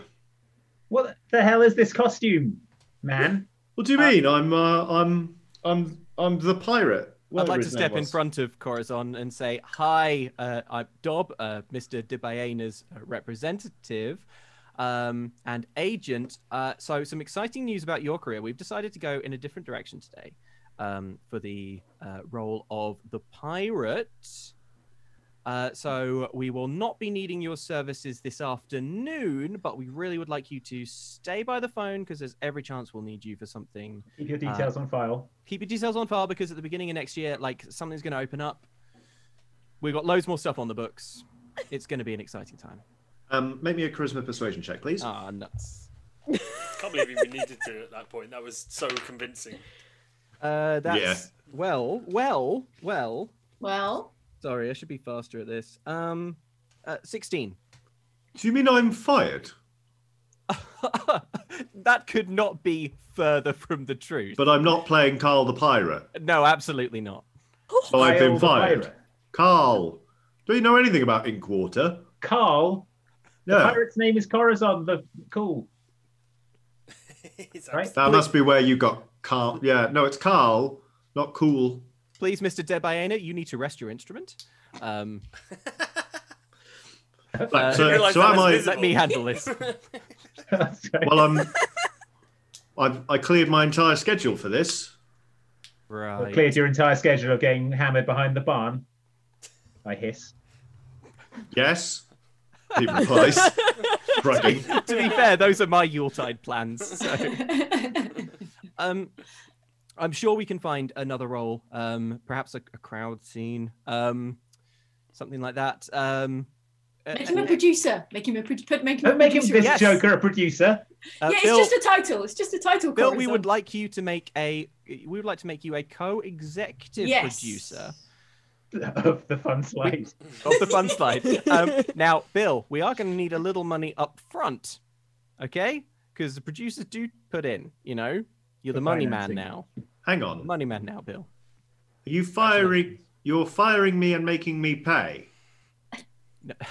Speaker 8: What the hell is this costume, man?
Speaker 9: What do you mean? I'm uh, I'm I'm I'm the pirate.
Speaker 6: I'd
Speaker 9: whatever
Speaker 6: like to
Speaker 9: his name
Speaker 6: step in
Speaker 9: was.
Speaker 6: front of Corazon and say, "Hi, uh, I'm Dob, uh, Mr. De Baena's representative um, and agent. Uh, so, some exciting news about your career. We've decided to go in a different direction today um, for the uh, role of the pirate. Uh, so, we will not be needing your services this afternoon, but we really would like you to stay by the phone because there's every chance we'll need you for something.
Speaker 8: Keep your
Speaker 6: uh,
Speaker 8: details on file.
Speaker 6: keep your details on file because at the beginning of next year, like something's going to open up. We've got loads more stuff on the books. It's going to be an exciting time.
Speaker 9: Um, make me a charisma persuasion check, please.
Speaker 6: Ah, nuts.
Speaker 12: Can't believe you needed to at that point. That was so convincing.
Speaker 6: Uh, that's
Speaker 12: Yeah.
Speaker 6: well, well, well.
Speaker 5: Well,
Speaker 6: Sorry, I should be faster at this. Um, uh, sixteen.
Speaker 9: Do you mean I'm fired?
Speaker 6: that could not be further from the truth.
Speaker 9: But I'm not playing Carl the pirate.
Speaker 6: No, absolutely not.
Speaker 9: So
Speaker 6: Kyle
Speaker 9: I've been
Speaker 6: the
Speaker 9: fired.
Speaker 6: pirate.
Speaker 9: Carl, do you know anything about Inkwater?
Speaker 8: Carl,
Speaker 9: No.
Speaker 8: the pirate's name is Corazon. The cool. right?
Speaker 9: That must be where you got Carl. Yeah, no, it's Carl, not cool.
Speaker 6: Please, Mr. Debaena, you need to rest your instrument. Um, Uh,
Speaker 9: Right, so, so am I?
Speaker 6: Let me handle this.
Speaker 9: Well, I'm. I've, I cleared my entire schedule for this.
Speaker 8: Or cleared your entire schedule of getting hammered behind the barn. I hiss.
Speaker 9: Yes. He replies. Bragging.
Speaker 6: to be fair, those are my Yuletide plans. So. um, I'm sure we can find another role, um, perhaps a, a crowd scene, um, something like that. Um, uh,
Speaker 5: make him a
Speaker 6: uh,
Speaker 5: producer. Make him a pro- put- Make him. a
Speaker 8: Don't make him
Speaker 5: producer.
Speaker 8: this Joker a producer.
Speaker 6: uh,
Speaker 5: yeah, it's
Speaker 6: Bill-
Speaker 5: just a title. It's just a title.
Speaker 6: Bill, we
Speaker 5: Corazon.
Speaker 6: would like you to make a. We would like to make you a co-executive
Speaker 5: Yes.
Speaker 6: producer
Speaker 8: of the fun slide.
Speaker 6: of the fun slide. Um, now, Bill, we are going to need a little money up front, okay? Because the producers do put in. You know, you're the money man
Speaker 9: financing.
Speaker 6: now.
Speaker 9: Hang on.
Speaker 6: Money man now, Bill.
Speaker 9: Are you firing? You're firing me and making me pay.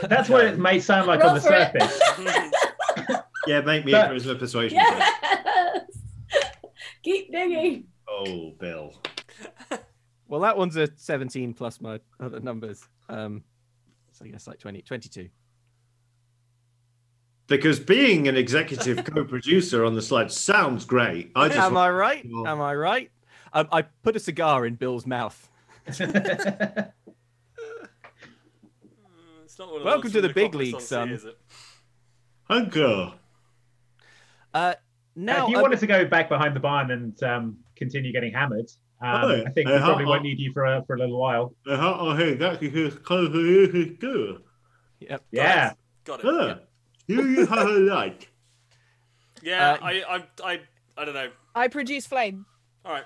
Speaker 8: That's what it may sound like
Speaker 5: Roll
Speaker 8: on the
Speaker 5: for it.
Speaker 8: surface.
Speaker 9: Yeah, make me
Speaker 8: But-
Speaker 9: a charisma persuasion. check.
Speaker 5: Yes. Keep digging.
Speaker 9: Oh, Bill.
Speaker 6: Well, that one's a 17 plus my other numbers. Um, so I guess like 20, 22.
Speaker 9: Because being an executive co-producer on the slide sounds great. I just
Speaker 6: Am
Speaker 9: want-
Speaker 6: I right? Am I right? Um, I put a cigar in Bill's mouth.
Speaker 12: It's not one of
Speaker 6: Welcome
Speaker 12: those
Speaker 6: to
Speaker 12: from
Speaker 6: the big
Speaker 12: Cockney
Speaker 6: league,
Speaker 12: songs,
Speaker 6: son.
Speaker 12: is it?
Speaker 9: Hunker.
Speaker 6: Uh,
Speaker 8: Now,
Speaker 6: now,
Speaker 8: if you
Speaker 6: um,
Speaker 8: wanted to go back behind the barn and um, continue getting hammered, um,
Speaker 9: Hey,
Speaker 8: I think
Speaker 9: hey,
Speaker 8: we
Speaker 9: how-
Speaker 8: probably
Speaker 9: how-
Speaker 8: won't need you for a, for a little while.
Speaker 9: Uh-huh. Oh, hey, that is good.
Speaker 6: Yep.
Speaker 8: Yeah.
Speaker 12: Got it.
Speaker 9: Huh. You have a light.
Speaker 12: Yeah,
Speaker 6: Uh,
Speaker 12: I, I, I
Speaker 6: I don't know.
Speaker 12: I produce flame.
Speaker 6: All right.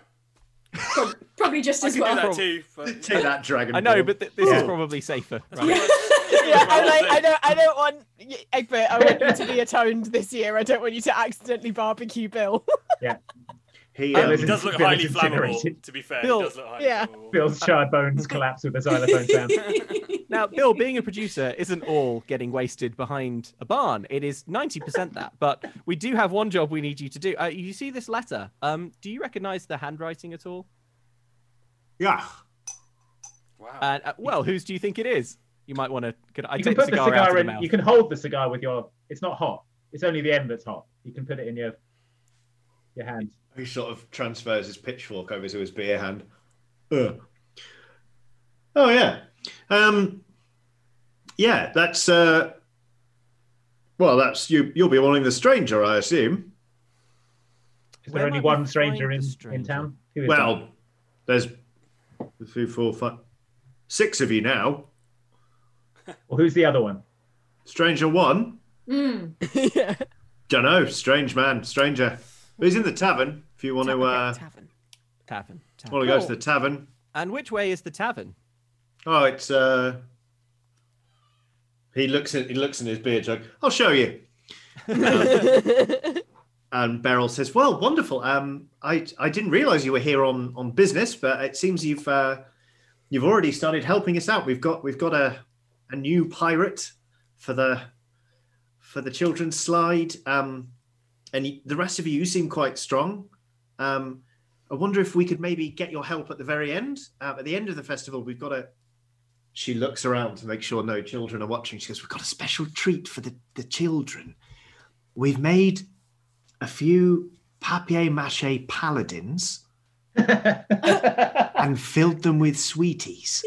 Speaker 5: Probably just
Speaker 6: I
Speaker 5: as
Speaker 6: could
Speaker 5: well.
Speaker 6: do that too. But...
Speaker 9: Take that, dragon.
Speaker 1: I know,
Speaker 9: ball.
Speaker 1: but th- this is
Speaker 9: Ooh.
Speaker 1: probably safer.
Speaker 12: yeah, I'm like, I don't, I don't want Egbert. I want you to be atoned this year. I don't want you to accidentally barbecue Bill.
Speaker 9: He,
Speaker 6: Um,
Speaker 9: um,
Speaker 6: it does look
Speaker 8: Bill
Speaker 6: highly
Speaker 8: is
Speaker 6: flammable.
Speaker 8: incinerated.
Speaker 6: To be fair,
Speaker 1: Bill-
Speaker 6: it does look highly
Speaker 12: yeah.
Speaker 6: flammable.
Speaker 8: Bill's charred bones collapse with a xylophone sound.
Speaker 1: Now, Bill, being a producer isn't all getting wasted behind a barn. It is 90% that. But we do have one job we need you to do. Uh, you see this letter. Um, do you recognize the handwriting at all?
Speaker 9: Yeah.
Speaker 6: Wow.
Speaker 1: And uh, well, whose do you think it is? You might want to. Could I
Speaker 8: you
Speaker 1: take
Speaker 8: can
Speaker 1: the
Speaker 8: put the
Speaker 1: cigar, out of
Speaker 8: cigar
Speaker 1: the
Speaker 8: in.
Speaker 1: mouth?
Speaker 8: You can hold the cigar with your. It's not hot. It's only the end that's hot. You can put it in your your hand.
Speaker 9: He sort of transfers his pitchfork over to his beer hand. Ugh. Oh yeah, um, yeah. That's uh, well. That's you. You'll be wanting the stranger, I assume.
Speaker 8: Is
Speaker 1: Where
Speaker 8: there only
Speaker 1: might
Speaker 8: one
Speaker 1: we
Speaker 8: stranger
Speaker 1: find
Speaker 8: in,
Speaker 1: the
Speaker 8: in
Speaker 1: stranger?
Speaker 8: town? Who is
Speaker 9: Well, there's three, four, five, six of you now.
Speaker 8: that? well, who's the other one?
Speaker 9: Stranger one.
Speaker 5: Mm.
Speaker 9: Don't know. Strange man. Stranger. He's in the tavern. If you want to, uh,
Speaker 12: Tavern. Oh.
Speaker 1: Tavern.
Speaker 9: want to
Speaker 1: tavern.
Speaker 9: go to the tavern.
Speaker 1: And which way is the tavern?
Speaker 9: Oh, it's. uh He looks at he looks in his beer jug. I'll show you. Um, and Beryl says, "Well, wonderful. Um, I I didn't realise you were here on on business, but it seems you've uh, you've already started helping us out. We've got we've got a a new pirate for the for the children's slide. Um, and y- the rest of you, you seem quite strong. Um, I wonder if we could maybe get your help at the very end. Uh, at the end of the festival, we've got a. She looks around to make sure no children are watching. She goes, "We've got a special treat for the the children. We've made a few papier mâché paladins." and filled them with sweeties.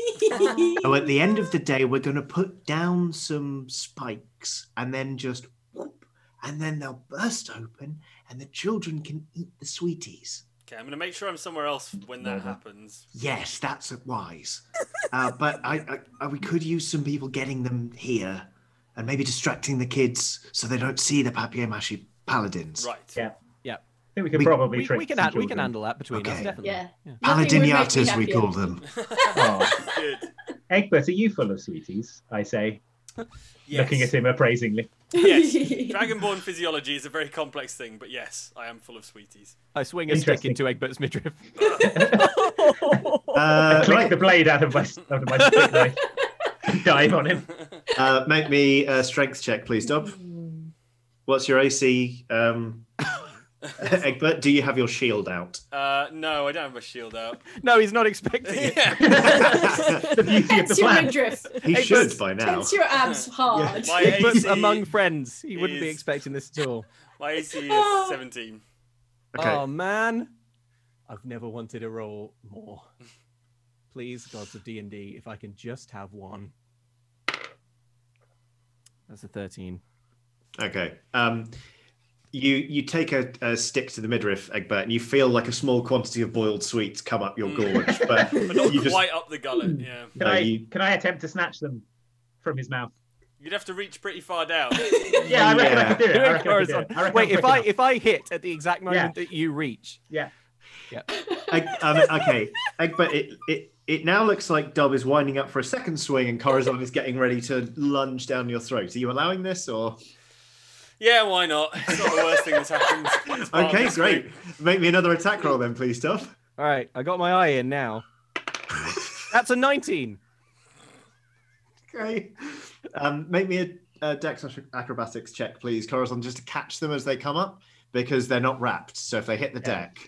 Speaker 9: So at the end of the day, we're going to put down some spikes and then just whoop, and then they'll burst open and the children can eat the sweeties.
Speaker 6: Okay, I'm gonna make sure I'm somewhere else when that happens.
Speaker 9: Yes, that's wise. Uh, but I, I, I, we could use some people getting them here and maybe distracting the kids so they don't see the papier mâché paladins.
Speaker 6: Right.
Speaker 8: Yeah,
Speaker 1: Yeah.
Speaker 8: I think we could
Speaker 9: We-
Speaker 8: probably
Speaker 1: We,
Speaker 8: trick.
Speaker 1: we can
Speaker 8: some
Speaker 1: ha- we can
Speaker 8: children.
Speaker 1: handle that between us,
Speaker 9: Okay.
Speaker 1: definitely.
Speaker 5: yeah. Nothing would make me
Speaker 9: Palladiniatas, we
Speaker 5: happier.
Speaker 9: call them.
Speaker 8: Oh.
Speaker 6: Good.
Speaker 8: Egbert, are you full of sweeties? I say,
Speaker 6: Yes.
Speaker 8: looking at him appraisingly.
Speaker 6: yes. Dragonborn physiology is a very complex thing, but yes, I am full of sweeties.
Speaker 1: I swing a stick
Speaker 8: Interesting.
Speaker 1: into Egbert's midriff.
Speaker 9: Uh,
Speaker 8: I click
Speaker 9: right.
Speaker 8: the blade out of my out of my stick knife. Dive on him.
Speaker 9: Uh, make me a strength check, please, Dob.
Speaker 5: Hmm.
Speaker 9: What's your AC, um, Egbert? Do you have your shield out?
Speaker 6: Uh, no, I don't have my shield out.
Speaker 1: no, he's not expecting it.
Speaker 6: yeah.
Speaker 8: The beauty of the
Speaker 5: Tense your
Speaker 8: plan.
Speaker 5: midriff.
Speaker 9: He
Speaker 1: Egbert's
Speaker 9: should by now.
Speaker 5: Tense your abs hard.
Speaker 6: My
Speaker 1: Egbert's
Speaker 6: AC,
Speaker 1: among friends. He wouldn't be
Speaker 6: is-
Speaker 1: expecting this at all.
Speaker 6: my AC
Speaker 9: Ah.
Speaker 6: is 17.
Speaker 9: Okay.
Speaker 1: Oh man, I've never wanted a role more. Please, gods of D and D, if I can just have one. That's a thirteen.
Speaker 9: Okay. Um, you you take a, a stick to the midriff, Egbert, and you feel like a small quantity of boiled sweets come up your gorge, but
Speaker 6: But not
Speaker 9: you just
Speaker 6: quite up the gullet, yeah.
Speaker 8: Can
Speaker 9: No,
Speaker 8: I
Speaker 9: you-
Speaker 8: can I attempt to snatch them from his mouth?
Speaker 6: You'd have to reach pretty far down.
Speaker 8: Yeah, I reckon I
Speaker 9: Yeah.
Speaker 8: could do it. I
Speaker 1: Doing
Speaker 8: reckon I could do it.
Speaker 1: Corazon.
Speaker 8: I reckon
Speaker 1: Wait,
Speaker 8: I'm
Speaker 1: if
Speaker 8: quick
Speaker 1: I
Speaker 8: enough.
Speaker 1: if I hit at the exact moment that you reach,
Speaker 8: yeah.
Speaker 9: Eg- um, okay, Egbert, it, it it now looks like Dob is winding up for a second swing, and Corazon is getting ready to lunge down your throat. Are you allowing this or?
Speaker 6: yeah, why not? It's not the worst thing that's happened. It's part of
Speaker 9: Okay,
Speaker 6: this
Speaker 9: great.
Speaker 6: group.
Speaker 9: Make me another attack roll then, please, Dob.
Speaker 1: all right, I got my eye in now. That's a nineteen.
Speaker 9: Great. Um, make me a, a dex ac- acrobatics check, please, Corazon, just to catch them as they come up because they're not wrapped. So if they hit the deck,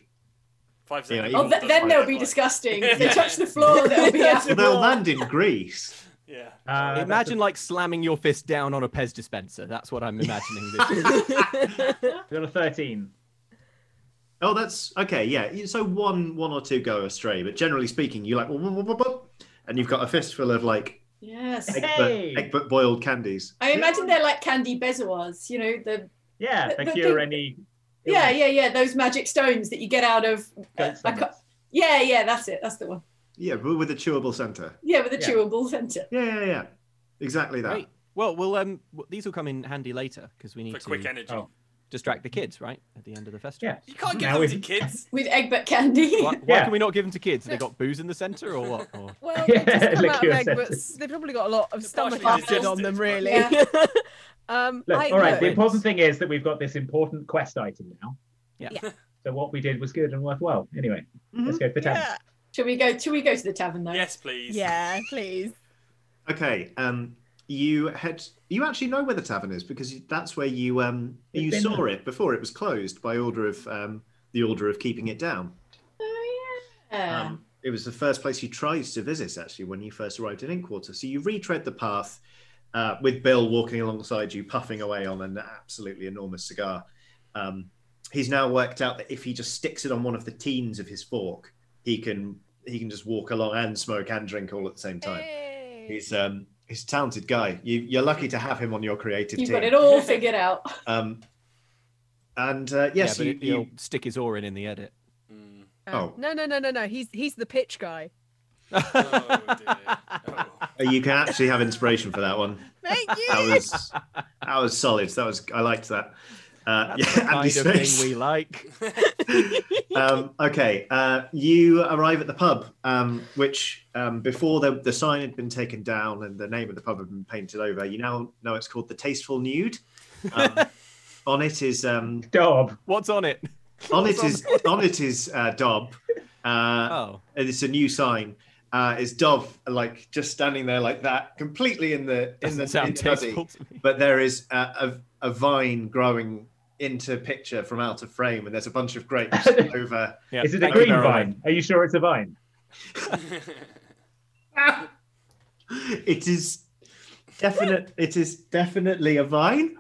Speaker 6: Five
Speaker 9: Yeah,
Speaker 6: seconds.
Speaker 9: you-
Speaker 5: Oh, th- then they'll be disgusting. If they touch the floor, they'll be
Speaker 9: well,
Speaker 5: out.
Speaker 9: they'll land in Greece.
Speaker 6: Yeah.
Speaker 8: Uh, that's
Speaker 1: Imagine like slamming your fist down on a Pez dispenser. That's what I'm imagining. This is.
Speaker 8: a, got a thirteen.
Speaker 9: Oh, that's okay. Yeah, You- so one, one or two go astray, but generally speaking, you like, "Whoop, whoop, whoop, whoop," and you've got a fistful of like
Speaker 5: Yes.
Speaker 9: Egbert,
Speaker 8: Hey!
Speaker 9: Egbert boiled candies.
Speaker 5: I imagine they're like candy bezoars, you know, the
Speaker 8: Yeah,
Speaker 5: The-
Speaker 8: they
Speaker 5: the
Speaker 8: cure
Speaker 5: thing-
Speaker 8: any.
Speaker 5: yeah, yeah, yeah, those magic stones that you get out of. uh,
Speaker 8: Goat
Speaker 5: I
Speaker 8: stomachs.
Speaker 5: ca- yeah, yeah, that's it. That's the one.
Speaker 9: Yeah, but with a chewable center.
Speaker 5: Yeah, with a
Speaker 8: Yeah.
Speaker 5: chewable center.
Speaker 9: Yeah, yeah, yeah. Exactly that.
Speaker 1: Great. Well, well, um, w- these will come in handy later because we need
Speaker 6: For
Speaker 1: to
Speaker 6: quick energy.
Speaker 8: Oh.
Speaker 13: distract the kids, right? At the end of the festival.
Speaker 8: Yeah.
Speaker 13: You
Speaker 14: can't give Now them if- to kids.
Speaker 11: With Egbert candy.
Speaker 13: Why, why
Speaker 11: Yeah.
Speaker 13: can we not give them to kids? They got booze in the centre or what?
Speaker 1: Oh.
Speaker 13: Or...
Speaker 12: Well, they've just come out of
Speaker 13: Liqueur
Speaker 12: egg, but
Speaker 13: centres.
Speaker 12: they've probably got a lot of stomach
Speaker 13: partially
Speaker 12: acid on them, really.
Speaker 13: Yeah.
Speaker 12: um,
Speaker 8: Look,
Speaker 12: I-
Speaker 8: all right.
Speaker 12: look,
Speaker 8: The important thing is that we've got this important quest item now.
Speaker 13: Yeah.
Speaker 8: So what we did was good and worthwhile. Anyway, let's go for ten.
Speaker 11: Should we go? Should we go to the tavern though? Yes,
Speaker 14: please.
Speaker 12: Yeah, please.
Speaker 9: Okay. Um, you had you actually know where the tavern is because you- that's where you um
Speaker 8: It's
Speaker 9: you
Speaker 8: been
Speaker 9: saw
Speaker 8: there.
Speaker 9: it before it was closed by order of um the order of keeping it down.
Speaker 8: Oh,
Speaker 9: Um, it was the first place you tried to visit actually when you first arrived in Inkwater. So you retread the path uh, with Bill walking alongside you, puffing away on an absolutely enormous cigar. Um, he's now worked out that if he just sticks it on one of the teens of his fork, he can he can just walk along and smoke and drink all at the same time. He's um, he's a talented guy. You, you're lucky to have him on your creative
Speaker 11: You've
Speaker 9: team.
Speaker 11: got it all figured out.
Speaker 9: Um, and uh, yes,
Speaker 13: yeah,
Speaker 9: you,
Speaker 13: but
Speaker 9: you-
Speaker 13: will stick his oar in in the edit.
Speaker 6: Hmm.
Speaker 12: uh,
Speaker 9: oh.
Speaker 12: No, no, no, no, no. He's he's the pitch guy.
Speaker 6: Oh,
Speaker 9: you can actually have inspiration for that one.
Speaker 12: Thank
Speaker 9: That was that was solid. That was I liked that. Uh, yeah,
Speaker 13: That's the
Speaker 9: Andy's
Speaker 13: kind of
Speaker 9: face.
Speaker 13: thing we like.
Speaker 9: um, okay, uh, you arrive at the pub, um, which um, before the, the sign had been taken down and the name of the pub had been painted over. You now know it's called the Tasteful Nude. Um, on it is um,
Speaker 8: Dob.
Speaker 13: What's on it?
Speaker 9: On
Speaker 13: What's
Speaker 9: it is on it is uh, Dob. Uh,
Speaker 13: oh,
Speaker 9: and it's a new sign. Uh, is Dob like just standing there like that, completely in the in the,
Speaker 13: Doesn't sound
Speaker 9: in the muddy.
Speaker 13: tasteful to
Speaker 9: But there is a, a, a vine growing into picture from out of frame, and there's a bunch of grapes over.
Speaker 8: Is it a green vine? Are you sure it's a vine?
Speaker 9: it is definite it is definitely a vine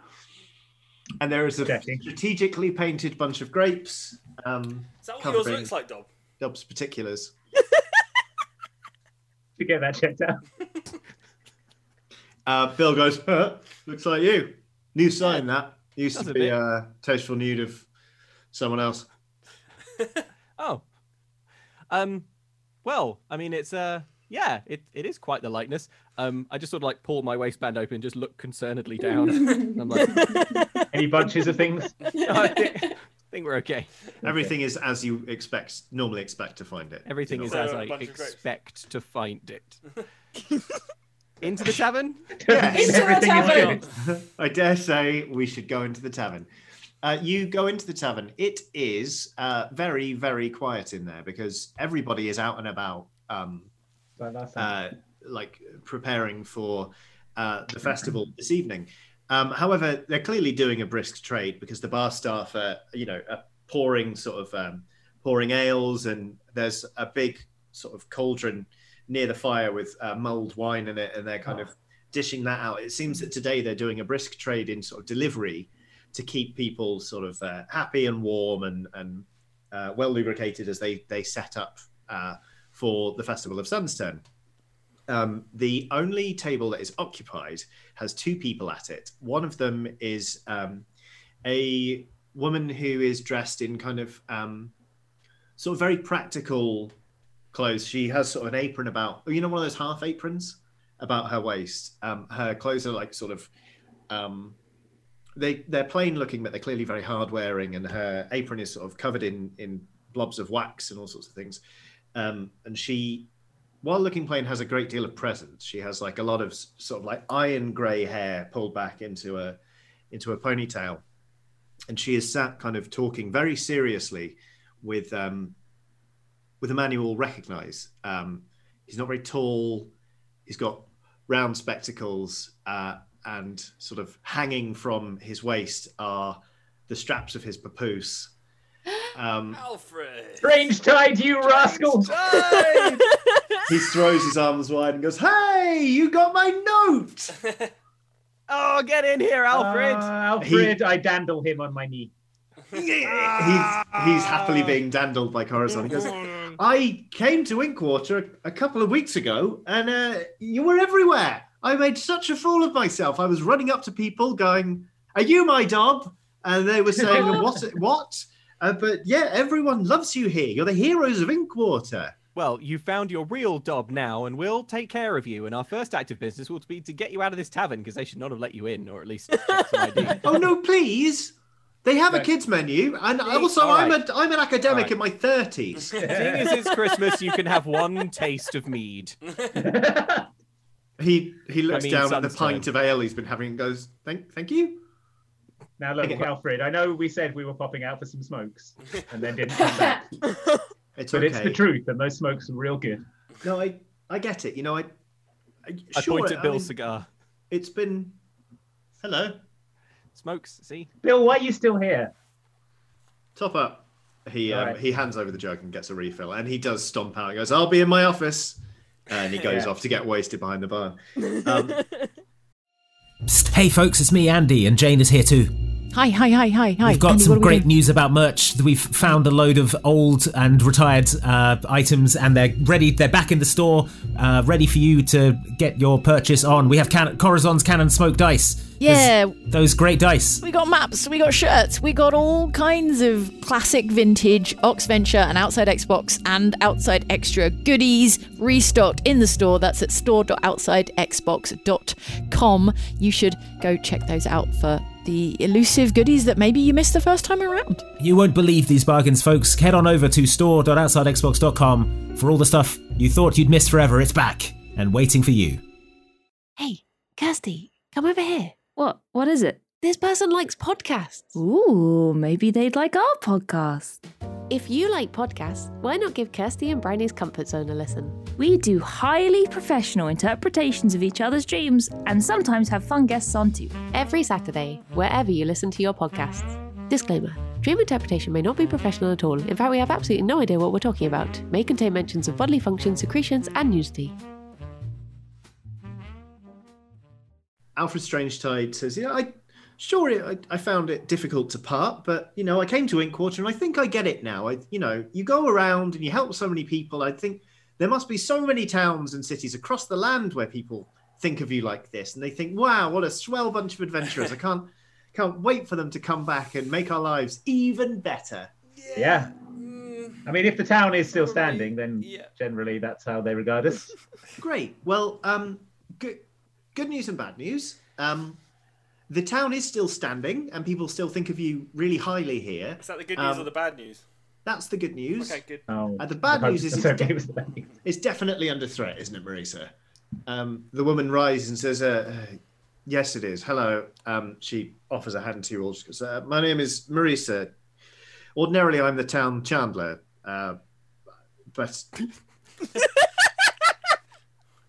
Speaker 9: and there is a strategically painted bunch of grapes um
Speaker 14: Is that what yours
Speaker 9: covering
Speaker 14: looks like, Dob?
Speaker 9: Dob's particulars
Speaker 8: to get that checked out
Speaker 9: uh bill goes huh, looks like you new sign that used
Speaker 13: That's
Speaker 9: to
Speaker 13: a
Speaker 9: be
Speaker 13: bit-
Speaker 9: a tasteful nude of someone else
Speaker 13: oh. Um, well, I mean, it's uh, yeah, it, it is quite the likeness. Um, I just sort of like pull my waistband open and just look concernedly down. I'm like,
Speaker 8: any bunches of things
Speaker 13: I think, I think we're okay.
Speaker 9: everything is as you expect normally expect to find it
Speaker 13: Everything
Speaker 9: You
Speaker 13: is
Speaker 9: know.
Speaker 13: as I expect to find it. Into the tavern?
Speaker 9: Yeah,
Speaker 13: Into the
Speaker 9: everything is
Speaker 13: tavern.
Speaker 9: good. I dare say we should go into the tavern. Uh, you go into the tavern. It is uh, very, very quiet in there because everybody is out and about, um, uh, like preparing for uh, the festival this evening. Um, however, they're clearly doing a brisk trade because the bar staff are, you know, are pouring sort of um, pouring ales, and there's a big sort of cauldron near the fire with uh, mulled wine in it, and they're kind of dishing that out. It seems that today they're doing a brisk trade in sort of delivery to keep people sort of uh, happy and warm and and uh, well lubricated as they they set up uh, for the festival of Sunstone. Um, the only table that is occupied has two people at it. One of them is um, a woman who is dressed in kind of um, sort of very practical clothes. She has sort of an apron about, you know, one of those half aprons about her waist. Um, her clothes are like sort of, um, they they're plain looking, but they're clearly very hard wearing. And her apron is sort of covered in in blobs of wax and all sorts of things. Um, and she, while looking plain, has a great deal of presence. She has like a lot of s- sort of like iron grey hair pulled back into a into a ponytail, and she is sat kind of talking very seriously with um, with a man you will recognise. Um, he's not very tall. He's got round spectacles, uh, and sort of hanging from his waist are the straps of his papoose. Um,
Speaker 14: Alfred.
Speaker 8: Strange tide, you rascal!
Speaker 9: he throws his arms wide and goes, "Hey, you got my note!"
Speaker 13: Oh, get in here, Alfred!
Speaker 8: Uh, Alfred, I dandle him on my knee.
Speaker 9: He's he's happily being dandled by Corazon. He goes, "I came to Inkwater a, a couple of weeks ago, and uh, you were everywhere. I made such a fool of myself. I was running up to people, going, "Are you my dob?" And they were saying, "What? What?" Uh, but yeah, everyone loves you here. You're the heroes of Inkwater.
Speaker 13: Well, you found your real dob now, and we'll take care of you. And our first act of business will be to get you out of this tavern because they should not have let you in, or at least. check some ID.
Speaker 9: oh no, please. They have a
Speaker 13: Right.
Speaker 9: kids menu, and
Speaker 13: They-
Speaker 9: also
Speaker 13: all
Speaker 9: I'm
Speaker 13: right.
Speaker 9: a I'm an academic
Speaker 13: All
Speaker 9: in my thirties.
Speaker 13: Seeing as it's Christmas, you can have one taste of mead.
Speaker 9: He he looks
Speaker 13: I mean,
Speaker 9: down at the
Speaker 13: sun's
Speaker 9: pint of ale he's been having and goes, "Thank thank you."
Speaker 8: Now look,
Speaker 9: Okay.
Speaker 8: Alfred. I know we said we were popping out for some smokes, and then didn't come back.
Speaker 9: It's
Speaker 8: but
Speaker 9: okay.
Speaker 8: it's the truth, and those smokes are real good.
Speaker 9: No, I I get it. You know, I I,
Speaker 13: I
Speaker 9: sure,
Speaker 13: point at
Speaker 9: I
Speaker 13: Bill's
Speaker 9: mean,
Speaker 13: cigar.
Speaker 9: It's been hello.
Speaker 13: Smokes, see?
Speaker 8: Bill, why are you still here?
Speaker 9: Top up. He um,
Speaker 8: Alright.
Speaker 9: he hands over the jug and gets a refill, and he does stomp out. He goes, "I'll be in my office," and he goes
Speaker 1: Yeah.
Speaker 9: off to get wasted behind the bar. Um,
Speaker 1: Psst, hey folks, it's me, Andy, and Jane is here too.
Speaker 2: Hi, hi, hi, hi, hi.
Speaker 1: We've got
Speaker 2: Andy, what
Speaker 1: some
Speaker 2: are we
Speaker 1: great
Speaker 2: doing?
Speaker 1: news about merch. We've found a load of old and retired uh, items, and they're ready. They're back in the store, uh, ready for you to get your purchase on. We have can- Corazon's Cannon Smoke Dice.
Speaker 2: Yeah.
Speaker 1: There's those great dice.
Speaker 2: We got maps, we got shirts, we got all kinds of classic vintage Ox Venture and Outside Xbox and Outside Extra goodies restocked in the store. That's at store.outsidexbox.com. You should go check those out for the elusive goodies that maybe you missed the first time around.
Speaker 1: You won't believe these bargains, folks. Head on over to store.outsidexbox.com for all the stuff you thought you'd missed forever. It's back and waiting for you.
Speaker 3: Hey, Kirsty, come over here.
Speaker 4: What? What is it?
Speaker 3: This person likes podcasts.
Speaker 4: Ooh, maybe they'd like our podcast.
Speaker 3: If you like podcasts, why not give Kirsty and Bryony's Comfort Zone a listen?
Speaker 4: We do highly professional interpretations of each other's dreams and sometimes have fun guests on too.
Speaker 3: Every Saturday, wherever you listen to your podcasts. Disclaimer Dream interpretation may not be professional at all. In fact, we have absolutely no idea what we're talking about. May contain mentions of bodily functions, secretions, and nudity.
Speaker 9: Alfred Strange Tide says, "You know, I sure I, I found it difficult to part, but you know, I came to Inkwater and I think I get it now. I, you know, you go around and you help so many people. I think there must be so many towns and cities across the land where people think of you like this, and they think, wow, what a swell bunch of adventurers! I can't can't wait for them to come back and make our lives even better."
Speaker 8: Yeah.
Speaker 13: Mm.
Speaker 8: I mean, if the town is still standing, then generally that's how they regard us.
Speaker 9: Great. Well, um, good, good news and bad news. Um, the town is still standing, and people still think of you really highly here.
Speaker 14: Is that the good news
Speaker 9: Um,
Speaker 14: or the bad news?
Speaker 9: That's the good news.
Speaker 14: Okay, good.
Speaker 9: Uh,
Speaker 8: Oh,
Speaker 9: the bad news is it's, de-
Speaker 8: bad news.
Speaker 9: it's definitely under threat, isn't it, Marisa? Um, the woman rises and says, uh, uh, "Yes, it is. Hello." Um, she offers a hand to you all. She goes, uh, "My name is Marisa. Ordinarily, I'm the town chandler, uh, but."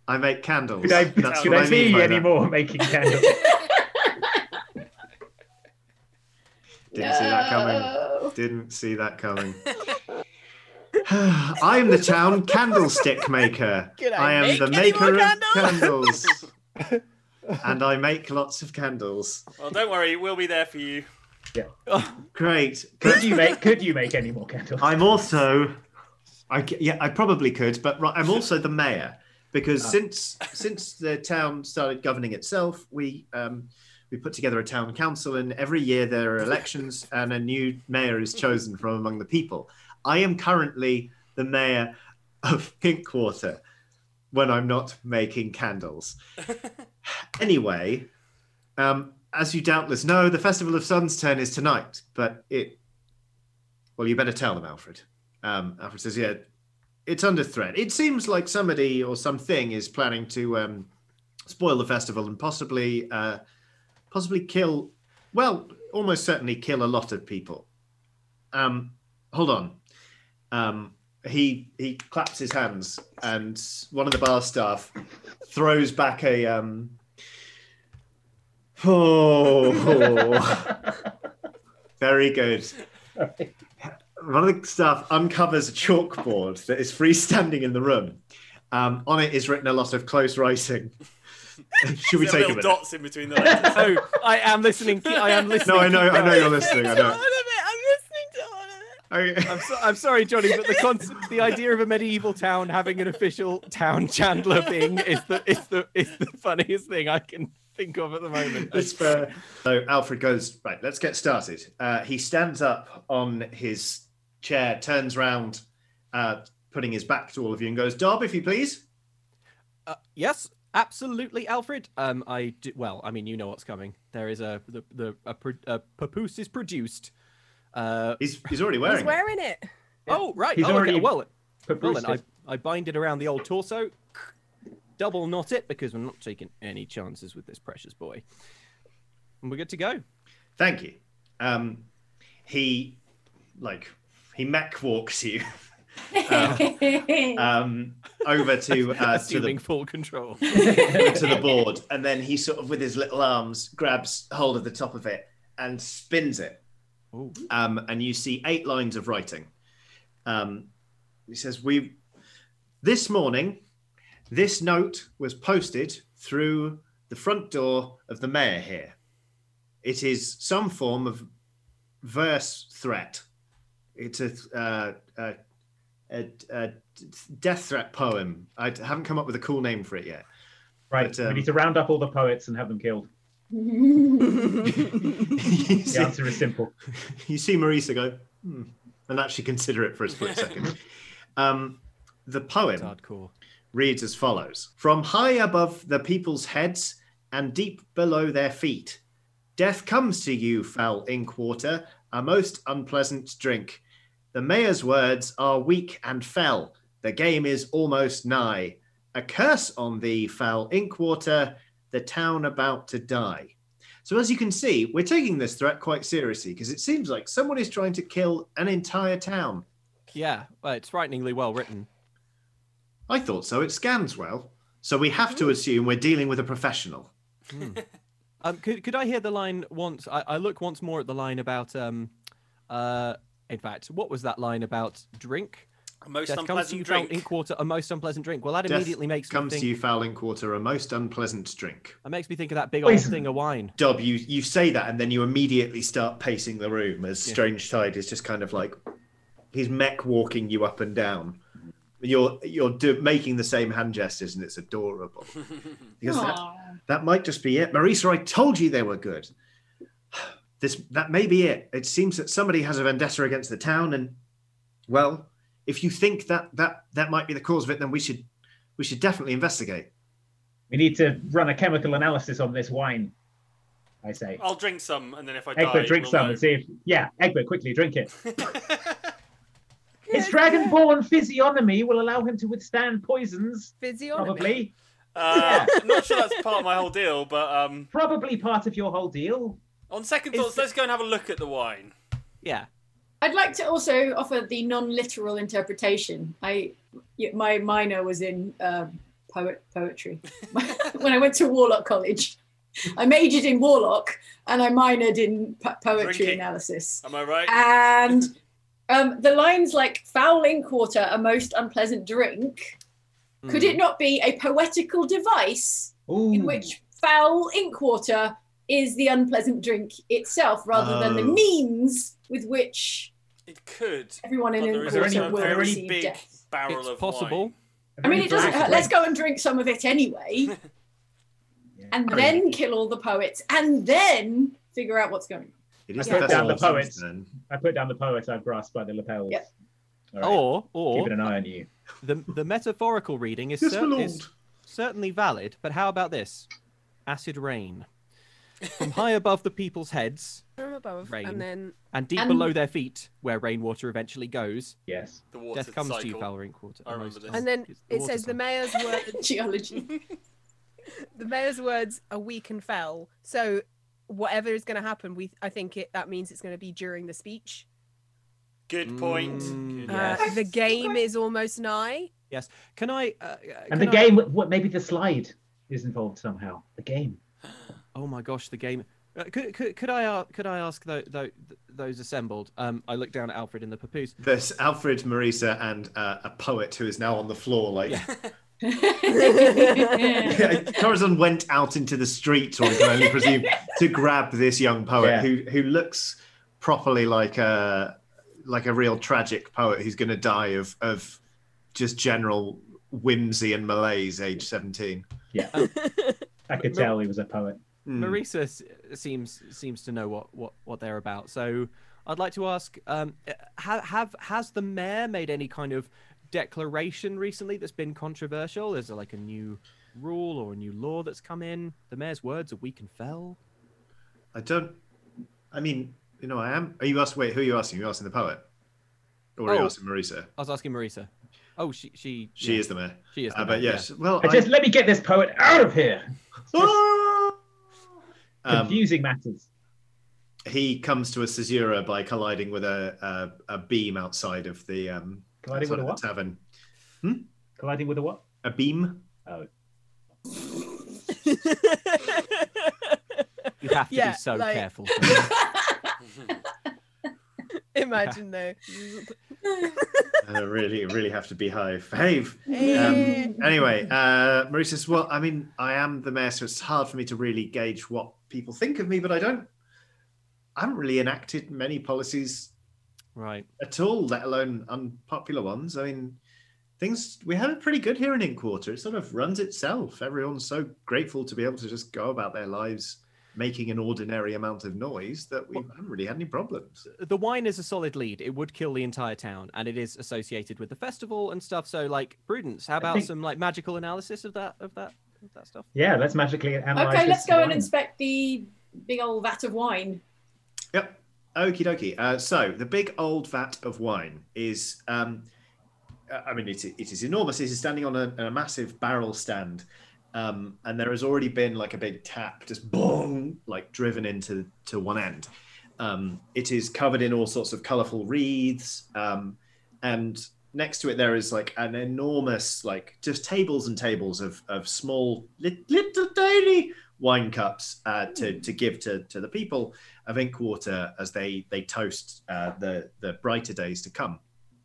Speaker 9: I make candles.
Speaker 8: Could I,
Speaker 9: That's
Speaker 8: could
Speaker 9: what
Speaker 8: I
Speaker 9: mean
Speaker 8: be
Speaker 9: by that.
Speaker 8: any more making candles?
Speaker 9: Didn't see that
Speaker 11: No.
Speaker 9: coming. Didn't see that coming. I'm the town candlestick maker.
Speaker 11: Can I
Speaker 9: I, am
Speaker 11: make
Speaker 9: the
Speaker 11: any more
Speaker 9: maker of
Speaker 11: candles?
Speaker 9: candles. and I make lots of candles.
Speaker 14: Well, don't worry, we'll be there for you.
Speaker 9: Great.
Speaker 8: Could you make could you make any more candles?
Speaker 9: I'm also I c- yeah, I probably could, but right, I'm also the mayor because
Speaker 8: Ah.
Speaker 9: since since the town started governing itself, we um we put together a town council, and every year there are elections, and a new mayor is chosen from among the people. I am currently the mayor of Pinkwater when I'm not making candles. anyway, um, as you doubtless know, the Festival of Sun's turn is tonight, but it. Well, you better tell them, Alfred. Um, Alfred says, yeah, it's under threat. It seems like somebody or something is planning to um, spoil the festival and possibly, uh, possibly kill, well, almost certainly kill a lot of people. Um, hold on. Um, he he claps his hands, and one of the bar staff throws back a um, Oh, very good. One of the staff uncovers a chalkboard that is freestanding in the room. Um, on it is written a lot of close writing. Should we
Speaker 14: There are
Speaker 9: take a
Speaker 14: little
Speaker 9: minute?
Speaker 14: dots in between the letters.
Speaker 13: oh, I am listening. I am listening.
Speaker 9: No, I know, I know you're listening. I know.
Speaker 13: I'm, so, I'm sorry, Johnny, but the con- the idea of a medieval town having an official town chandler thing is the is the is the funniest thing I can think of at the moment.
Speaker 9: That's fair. So Alfred goes, right, let's get started. Uh, he stands up on his chair, turns round, uh, putting his back to all of you, and goes, Dob, if you please.
Speaker 13: Yes,
Speaker 1: Absolutely, Alfred. Um, I do, well, I mean, you know what's coming. There is a the the a, pro- a papoose is produced. Uh,
Speaker 9: he's he's already
Speaker 12: He's wearing it.
Speaker 1: Oh right,
Speaker 12: He's
Speaker 1: oh, okay.
Speaker 12: already
Speaker 1: Well, well
Speaker 12: papoosed
Speaker 1: then I,
Speaker 12: it.
Speaker 1: I bind it around the old torso, double knot it because I'm not taking any chances with this precious boy. And we're good to go.
Speaker 9: Thank you. Um, he, like, he mech walks you um, over to uh, to
Speaker 1: Assuming
Speaker 9: the
Speaker 1: full control.
Speaker 9: to the board, and then he sort of with his little arms grabs hold of the top of it and spins it. Um, and you see eight lines of writing. Um, he says, "We this morning, this note was posted through the front door of the mayor here. It is some form of verse threat. It's a, uh, a, a, a death threat poem. I haven't come up with a cool name for it yet.
Speaker 8: Right.
Speaker 9: But, um,
Speaker 8: we need to round up all the poets and have them killed.
Speaker 9: the
Speaker 8: answer is simple.
Speaker 9: You see Marisa go, hmm, and actually consider it for a split second. Um, the poem reads as follows From high above the people's heads and deep below their feet, death comes to you, foul ink water, a most unpleasant drink. The mayor's words are weak and fell. The game is almost nigh. A curse on thee, foul ink water, the town about to die. So as you can see, we're taking this threat quite seriously because it seems like someone is trying to kill an entire town.
Speaker 1: Yeah, well, it's frighteningly well written.
Speaker 9: I thought so. It scans well. So we have
Speaker 1: Mm.
Speaker 9: to assume we're dealing with a professional.
Speaker 1: Um, could could I hear the line once? I, I look once more at the line about um, uh, in fact, what was that line about drink?
Speaker 6: A most
Speaker 1: Death comes to
Speaker 6: unpleasant
Speaker 1: you foul
Speaker 6: drink.
Speaker 1: ink water, a most unpleasant drink. Well, that
Speaker 9: Death
Speaker 1: immediately makes
Speaker 9: comes
Speaker 1: me
Speaker 9: to you
Speaker 1: think.
Speaker 9: fouling quarter a most unpleasant drink.
Speaker 1: That makes me think of that big old
Speaker 9: Poison.
Speaker 1: thing of wine.
Speaker 9: Dub, you you say that and then you immediately start pacing the room as Strange Tide is just kind of like he's mech walking you up and down. You're you're do- making the same hand gestures and it's adorable. Because that, that might just be it. Marisa, I told you they were good. This that may be it. It seems that somebody has a vendetta against the town, and well, if you think that that that might be the cause of it, then we should we should definitely investigate.
Speaker 8: We need to run a chemical analysis on this wine. I say.
Speaker 5: Oh,
Speaker 6: I'll drink some, and then if I die,
Speaker 8: Egbert, drink
Speaker 6: we'll
Speaker 8: some
Speaker 6: know.
Speaker 8: and see if. Yeah, Egbert, quickly drink it. His dragonborn physiognomy will allow him to withstand poisons.
Speaker 12: Physiognomy?
Speaker 8: Probably.
Speaker 6: Uh, I'm not sure that's part of my whole deal, but um,
Speaker 8: Probably part of your whole deal.
Speaker 6: on second thoughts, let's go and have a look at the wine.
Speaker 1: Yeah.
Speaker 5: I'd like to also offer the non-literal interpretation. I, y- my minor was in um, poet poetry when I went to Warlock College. I majored in Warlock and I minored in po- poetry
Speaker 6: Drinking.
Speaker 5: analysis.
Speaker 6: Am I right?
Speaker 5: And um, the lines like "foul in quarter, a most unpleasant drink."
Speaker 6: Hmm.
Speaker 5: Could it not be a poetical device in which foul ink water is the unpleasant drink itself rather than the
Speaker 6: Oh.
Speaker 5: means with which
Speaker 6: It could.
Speaker 5: Everyone in
Speaker 6: but
Speaker 5: it
Speaker 6: there is
Speaker 5: will
Speaker 6: also a
Speaker 5: will
Speaker 6: very
Speaker 5: receive
Speaker 6: big
Speaker 5: death.
Speaker 6: barrel
Speaker 1: It's
Speaker 6: of
Speaker 1: possible.
Speaker 6: wine.
Speaker 5: I mean, it doesn't hurt. Let's go and drink some of it anyway, and
Speaker 9: I mean-
Speaker 5: then kill all the poets, and then figure out what's going
Speaker 9: It
Speaker 8: I
Speaker 5: is the
Speaker 8: put
Speaker 5: best
Speaker 8: down the
Speaker 5: option,
Speaker 8: poets. I put down the poets I've grasped by the lapels.
Speaker 5: Yep.
Speaker 8: All right.
Speaker 1: Or or
Speaker 8: Keeping an eye on you.
Speaker 1: The the metaphorical reading is,
Speaker 8: Yes,
Speaker 1: cer-
Speaker 8: my
Speaker 1: is certainly valid, but how about this? Acid rain. From high above the people's heads
Speaker 12: From above,
Speaker 1: Rain.
Speaker 12: and then
Speaker 1: and deep
Speaker 12: And-
Speaker 1: below their feet, where rainwater eventually goes.
Speaker 8: Yes.
Speaker 6: The water
Speaker 1: Death comes to you,
Speaker 6: cycle.
Speaker 1: Valorant Quarter.
Speaker 6: I remember this.
Speaker 12: and then
Speaker 1: the
Speaker 12: it
Speaker 1: water
Speaker 12: says the mayor's words.
Speaker 5: on. Geology.
Speaker 12: the mayor's words are weak and fell. So whatever is going to happen, we I think it that means it's going to be during the speech.
Speaker 6: Good point.
Speaker 1: Mm,
Speaker 6: Good
Speaker 12: Uh, the game is almost nigh.
Speaker 1: Yes. Can I? Uh,
Speaker 8: And the game, what maybe the slide is involved somehow. The game.
Speaker 1: Oh my gosh, the game. Uh, could, could could I uh, could I ask though, though those assembled? Um, I look down at Alfred in the papoose.
Speaker 9: There's Alfred, Marisa, and uh, a poet who is now on the floor. Like Corazon went out into the streets, or I can only presume, to grab this young poet
Speaker 8: Yeah.
Speaker 9: who who looks properly like a like a real tragic poet who's going to die of of just general whimsy and malaise, age seventeen.
Speaker 8: Yeah,
Speaker 11: Oh.
Speaker 8: I could tell he was a poet.
Speaker 1: Marisa s- seems seems to know what, what, what they're about. So I'd like to ask: um, uh, ha- have has the mayor made any kind of declaration recently that's been controversial? Is there like a new
Speaker 13: rule or a new law that's come in? The mayor's words are weak and fell.
Speaker 9: I don't. I mean, you know, I am. Are you asking? Wait, who are you asking? Are you asking the poet, or are you
Speaker 13: Oh.
Speaker 9: asking Marisa?
Speaker 13: I was asking Marisa. Oh, she she
Speaker 9: She
Speaker 13: yeah.
Speaker 9: is the mayor.
Speaker 13: She is. The
Speaker 9: Uh,
Speaker 13: mayor,
Speaker 9: but yes,
Speaker 13: yeah.
Speaker 9: well,
Speaker 8: Uh, just let me get this poet out of here.
Speaker 11: Um,
Speaker 9: confusing matters. um, He comes to a caesura by colliding with a a, a beam outside of the um
Speaker 8: Colliding with
Speaker 9: outside
Speaker 8: a
Speaker 9: of
Speaker 8: what?
Speaker 9: the tavern.
Speaker 8: Colliding with a what?
Speaker 9: A beam.
Speaker 8: Oh.
Speaker 13: You have to
Speaker 12: Yeah,
Speaker 13: be so
Speaker 12: like-
Speaker 13: careful.
Speaker 12: Imagine though.
Speaker 9: I uh, really, really have to behave. Behave.
Speaker 12: Eh.
Speaker 9: Um, anyway, uh, Maurice says, "Well, I mean, I am the mayor, so it's hard for me to really gauge what people think of me, but I don't. I haven't really enacted many policies,
Speaker 13: right,
Speaker 9: at all, let alone unpopular ones. I mean, things we have it pretty good here in Inkwater. It sort of runs itself. Everyone's so grateful to be able to just go about their lives." Making an ordinary amount of noise that we haven't really had any problems.
Speaker 13: the wine is a solid lead. It would kill the entire town, and it is associated with the festival and stuff. So, like, prudence. How about
Speaker 8: think-
Speaker 13: some like magical analysis of that of that of that stuff?
Speaker 8: Yeah, let's magically analyze.
Speaker 11: Okay,
Speaker 8: this
Speaker 11: let's go and
Speaker 8: wine.
Speaker 11: inspect the big old vat of wine.
Speaker 9: Yep. Okie dokie. Uh, so the big old vat of wine is, um, uh, I mean, it, it is enormous. It is standing on a, a massive barrel stand, um, and there has already been like a big tap, just boom, like driven into to one end. Um, it is covered in all sorts of colourful wreaths, um, and next to it there is like an enormous, like just tables and tables of of small, lit, little tiny wine cups uh, to to give to to the people of Inkwater as they they toast uh, the the brighter days to come.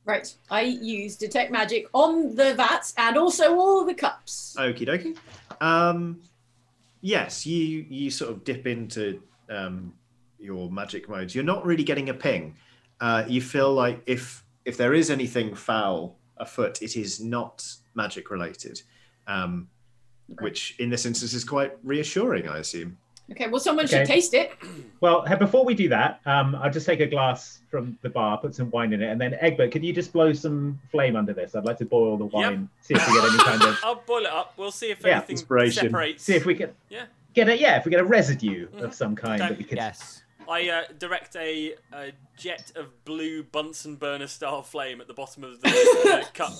Speaker 11: Right, I use detect magic on the vats and also all the cups.
Speaker 9: Okie dokie. Um, yes, you you sort of dip into um, your magic modes. You're not really getting a ping. Uh, you feel like if if there is anything foul afoot, it is not magic related, um, which in this instance is quite reassuring, I assume.
Speaker 11: Okay, well, someone should
Speaker 8: Okay.
Speaker 11: taste it.
Speaker 8: Well, hey, before we do that, um, I'll just take a glass from the bar, put some wine in it, and then Egbert, could you just blow some flame under this? I'd like to boil the wine, see if we get any kind of
Speaker 14: I'll boil it up. We'll see if
Speaker 8: Yeah,
Speaker 14: anything
Speaker 8: inspiration.
Speaker 14: separates.
Speaker 8: See if we can-
Speaker 14: Yeah.
Speaker 8: get a yeah, if we get a residue
Speaker 11: Mm-hmm.
Speaker 8: of some kind that we could.
Speaker 13: Yes.
Speaker 14: I uh, direct a, a jet of blue Bunsen burner style flame at the bottom of the uh, cup.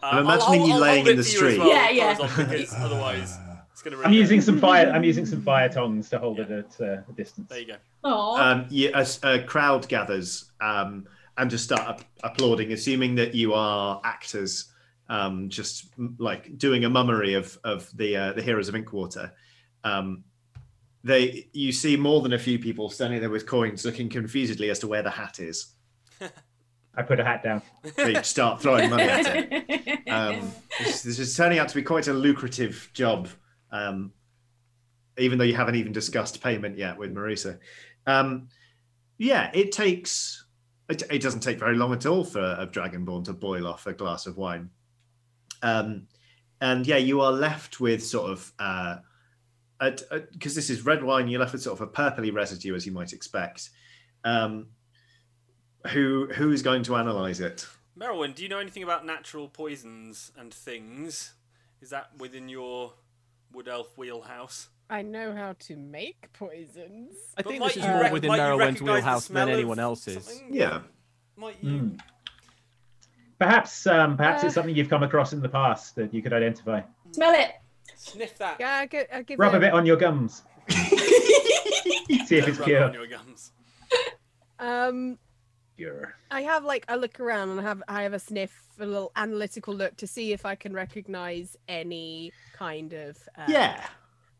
Speaker 14: Uh,
Speaker 8: I'm imagining you laying
Speaker 14: hold it
Speaker 8: in the
Speaker 14: for
Speaker 8: street.
Speaker 14: You as well,
Speaker 8: Yeah, yeah.
Speaker 14: Corazon, because otherwise, it's going to ruin
Speaker 8: I'm
Speaker 14: it.
Speaker 8: using some fire. I'm using some fire tongs to hold it at uh, a distance.
Speaker 14: There you go.
Speaker 9: um, yeah, a, s- a crowd gathers um, and just start up, applauding, assuming that you are actors, um, just m- like doing a mummery of of the uh, the heroes of Inkwater. Um, they, you see more than a few people standing there with coins, looking confusedly as to where the hat is.
Speaker 8: I put a hat down.
Speaker 9: They start throwing money at it. Um, this, this is turning out to be quite a lucrative job, um, even though you haven't even discussed payment yet with Marisa. Um, yeah, it takes. It, it doesn't take very long at all for a dragonborn to boil off a glass of wine. Um, and yeah, you are left with sort of because uh, a- a- 'cause this is red wine, you're left with sort of a purpley residue, as you might expect. Um, who who is going to analyze it?
Speaker 14: Merylwyn, do you know anything about natural poisons and things? Is that within your wood elf wheelhouse?
Speaker 12: I know how to make poisons.
Speaker 14: I
Speaker 13: think this
Speaker 6: uh,
Speaker 13: is more within Merylwyn's wheelhouse than anyone else's.
Speaker 9: Yeah.
Speaker 14: Might
Speaker 8: you? Perhaps, um, perhaps
Speaker 9: Uh.
Speaker 8: it's something you've come across in the past that you could identify.
Speaker 11: Smell it.
Speaker 14: Sniff that.
Speaker 12: Yeah, I gi- I give
Speaker 8: Rub
Speaker 12: it
Speaker 8: a bit on your gums. See if it's
Speaker 14: Rub it
Speaker 8: pure.
Speaker 14: on your gums.
Speaker 12: Um,
Speaker 8: Pure.
Speaker 12: I have like I look around and I have I have a sniff, a little analytical look to see if I can recognize any kind of uh,
Speaker 8: Yeah.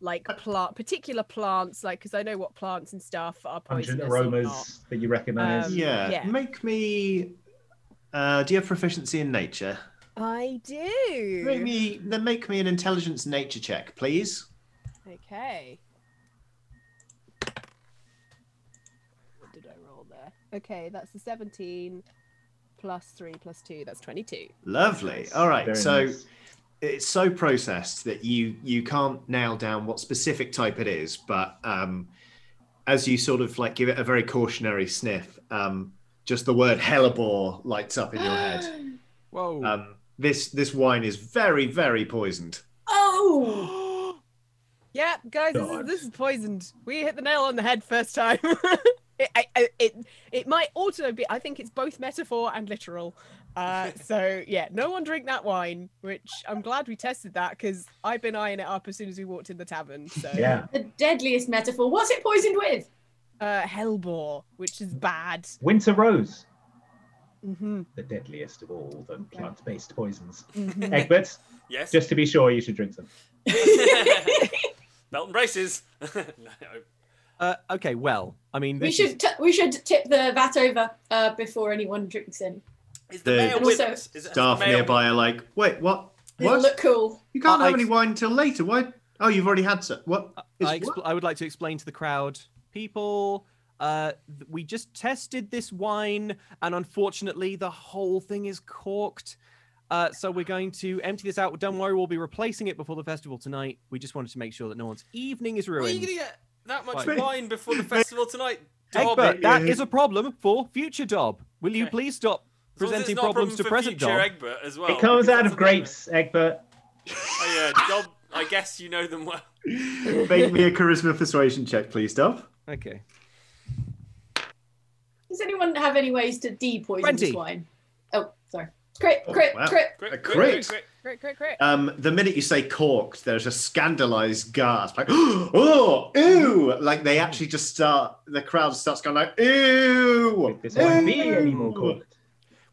Speaker 12: like plant particular plants, like because I know what plants and stuff are
Speaker 8: Pungent
Speaker 12: poisonous.
Speaker 8: aromas that you recognise.
Speaker 12: Um,
Speaker 9: yeah.
Speaker 12: yeah.
Speaker 9: Make me. Uh, do you have proficiency in nature?
Speaker 12: I do.
Speaker 9: Make me. Then make me an intelligence nature check, please.
Speaker 12: Okay. What did I roll there? Okay, that's the 17 plus 3 plus 2. That's 22.
Speaker 9: Lovely. All right.
Speaker 8: Very
Speaker 9: so
Speaker 8: nice.
Speaker 9: it's so processed that you you can't nail down what specific type it is, but um, as you sort of like give it a very cautionary sniff, um, just the word hellebore lights up in your head.
Speaker 13: Whoa.
Speaker 9: Um, this this wine is very very poisoned.
Speaker 11: Oh!
Speaker 12: Yeah, guys, this is,
Speaker 8: God.
Speaker 12: this is poisoned. We hit the nail on the head first time. it, I, I, it, it might also be, I think it's both metaphor and literal. Uh, so, yeah, no one drink that wine, which I'm glad we tested that because I've been eyeing it up as soon as we walked in the tavern. So
Speaker 8: Yeah.
Speaker 5: The deadliest metaphor. What's it poisoned with?
Speaker 12: Uh, hellbore, which is bad.
Speaker 8: Winter rose,
Speaker 12: Mm-hmm.
Speaker 8: the deadliest of all the plant-based poisons.
Speaker 9: Mm-hmm.
Speaker 12: Mhm.
Speaker 8: Egbert,
Speaker 6: Yes?
Speaker 8: Just to be sure, you should drink some.
Speaker 6: Belt and braces.
Speaker 1: Uh, okay, well, I mean,
Speaker 5: We
Speaker 1: this
Speaker 5: should t- we should tip the vat over uh, before anyone drinks any.
Speaker 6: the
Speaker 5: mayor with us? Is it-
Speaker 9: staff
Speaker 5: the mayor-
Speaker 9: nearby are like, wait, what?
Speaker 5: It'll
Speaker 9: What?
Speaker 5: look cool.
Speaker 9: You can't
Speaker 1: I-
Speaker 9: have any wine until later. Why? Oh, you've already had some. What?
Speaker 1: is,
Speaker 9: Is-
Speaker 1: I, expl- I would like to explain to the crowd, people. Uh, th- we just tested this wine, and unfortunately, the whole thing is corked. Uh, so we're going to empty this out. Don't worry, we'll be replacing it before the festival tonight. We just wanted to make sure that no one's evening is
Speaker 6: Are you
Speaker 1: ruined.
Speaker 6: going to get that much
Speaker 1: Fine.
Speaker 6: wine before the festival tonight? Dob?
Speaker 1: Egbert, that is a problem for future Dob. Will you please stop
Speaker 6: As long as it's
Speaker 1: presenting
Speaker 6: not a
Speaker 1: problems
Speaker 6: problem
Speaker 1: to
Speaker 6: for
Speaker 1: present
Speaker 6: future
Speaker 1: Dob?
Speaker 6: Egbert as well.
Speaker 8: it comes
Speaker 6: because
Speaker 8: out
Speaker 6: that's
Speaker 8: of
Speaker 6: a-
Speaker 8: grapes, Egbert.
Speaker 6: Oh, yeah, Dob, I guess you know them well.
Speaker 9: Make me a charisma persuasion check, please, Dove.
Speaker 1: Okay.
Speaker 5: Does anyone have any ways to de-poison this
Speaker 9: Twenty.
Speaker 5: wine? Oh, sorry. Crit, crit,
Speaker 9: wow.
Speaker 5: crit.
Speaker 9: A crit.
Speaker 12: Great, great, great.
Speaker 9: Um, the minute you say corked, there's a scandalized gasp, like oh, ew! Like they actually just start. The crowd starts going like ew.
Speaker 8: This
Speaker 9: ew.
Speaker 8: won't be any more corked.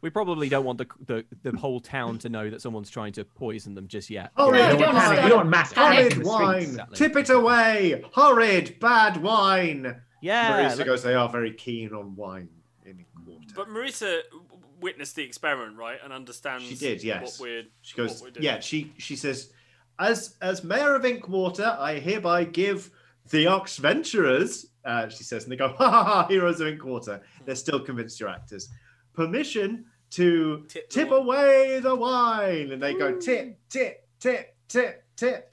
Speaker 1: We probably don't want the, the the whole town to know that someone's trying to poison them just yet.
Speaker 9: Horrid
Speaker 8: we don't want
Speaker 9: wine.
Speaker 8: panic. We don't want mass panic in
Speaker 9: Horrid
Speaker 8: the
Speaker 9: wine.
Speaker 8: streets.
Speaker 9: Tip it away. Horrid bad wine.
Speaker 1: Yeah,
Speaker 9: Marisa
Speaker 1: let-
Speaker 9: goes. They are very keen on wine in England.
Speaker 6: But Marisa w- witnessed the experiment, right, and understands
Speaker 9: She did, yes.
Speaker 6: what we're
Speaker 9: She goes,
Speaker 6: what we're doing.
Speaker 9: yeah. She she says, as as mayor of Inkwater, I hereby give the Ox Venturers. Uh, she says, and they go, ha ha ha, heroes of Inkwater. They're still convinced you're actors. Permission to tip, away the wine, and they go tip tip tip tip tip.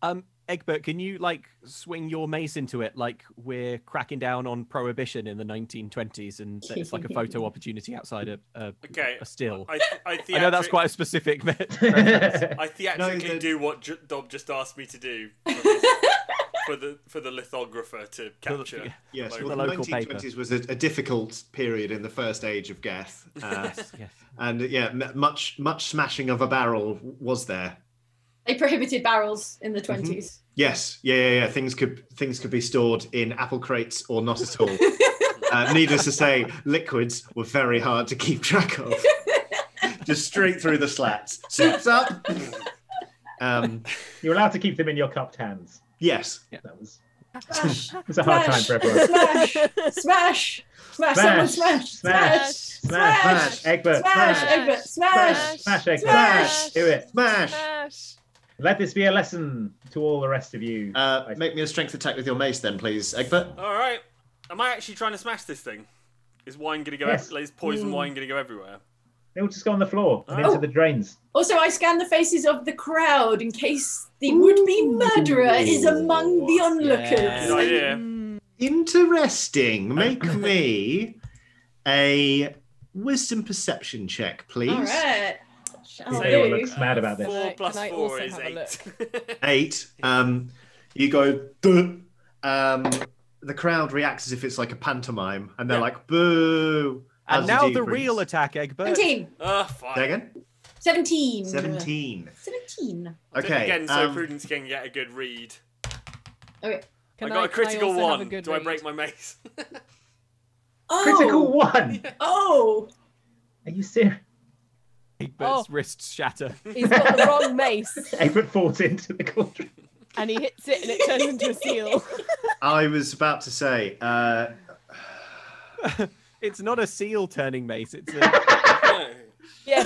Speaker 1: Um, Egbert, can you like swing your mace into it like we're cracking down on prohibition in the 1920s and that it's like a photo opportunity outside a, a,
Speaker 6: Okay,
Speaker 1: a still?
Speaker 6: I, I,
Speaker 1: I know that's
Speaker 6: theatric-
Speaker 1: quite a specific. me-
Speaker 6: I theatrically
Speaker 1: No, the-
Speaker 6: do what J- Dob just asked me to do for, this- for the for the lithographer to capture.
Speaker 9: Yes,
Speaker 6: the
Speaker 9: well,
Speaker 6: moment.
Speaker 9: the 1920s was a, a difficult period in the first age of Geth. Uh,
Speaker 6: Yes, yes.
Speaker 9: And yeah, m- much much smashing of a barrel was there.
Speaker 5: They prohibited barrels in the 20s.
Speaker 9: Yes, yeah, yeah, yeah. Things could things could be stored in apple crates or not at all. uh, needless to say, liquids were very hard to keep track of. Just straight through the slats. Soup's up. Um,
Speaker 8: You're allowed to keep them in your cupped hands.
Speaker 9: Yes.
Speaker 8: That was. It's a hard time for everyone.
Speaker 5: Smash, smash, smash, someone smash, smash,
Speaker 8: smash, smash, Egbert,
Speaker 5: smash,
Speaker 8: smash,
Speaker 5: Egbert, smash.
Speaker 8: smash, Egbert,
Speaker 5: Smash!
Speaker 8: do it,
Speaker 9: smash.
Speaker 8: Let this be a lesson to all the rest of you.
Speaker 9: Uh, make me a strength attack with your mace, then, please, Egbert.
Speaker 6: All right, am I actually trying to smash this thing? Is wine going to go?
Speaker 8: Yes.
Speaker 6: ev- Is poison
Speaker 5: Mm.
Speaker 6: wine going to go everywhere?
Speaker 8: They will just go on the floor and
Speaker 6: Oh.
Speaker 8: into the drains.
Speaker 5: Also, I scan the faces of the crowd in case the would-be murderer is among the onlookers.
Speaker 6: Good idea.
Speaker 12: Hmm.
Speaker 9: Interesting. Make me a wisdom perception check, please.
Speaker 5: All right.
Speaker 9: They all
Speaker 5: do.
Speaker 9: look mad about this.
Speaker 6: Four
Speaker 9: Can I-
Speaker 6: plus
Speaker 5: can I
Speaker 6: four
Speaker 5: also
Speaker 6: is
Speaker 5: have a
Speaker 6: eight.
Speaker 9: eight. Um, you go, "Duh." um, the crowd reacts as if it's like a pantomime, and they're like, boo.
Speaker 1: and
Speaker 9: as
Speaker 1: now
Speaker 9: you
Speaker 1: Oh, the
Speaker 9: do, Bruce.
Speaker 1: real attack, Egbert.
Speaker 5: 17.
Speaker 6: Ah, fine.
Speaker 9: Say again?
Speaker 5: 17.
Speaker 9: 17.
Speaker 5: 17.
Speaker 9: Okay,
Speaker 6: Again, so
Speaker 9: um,
Speaker 6: Prudence can get a good read.
Speaker 5: Okay.
Speaker 6: I got a critical one. Do I break my mace?
Speaker 5: Oh.
Speaker 8: Critical one.
Speaker 5: Oh.
Speaker 8: Are you serious?
Speaker 1: Egbert's wrists shatter.
Speaker 12: He's got the wrong mace
Speaker 8: Egbert falls into the cauldron.
Speaker 12: and he hits it and it turns into a seal.
Speaker 9: I was about to say, uh,
Speaker 1: It's not a seal turning mace. It's a,
Speaker 12: Yeah, but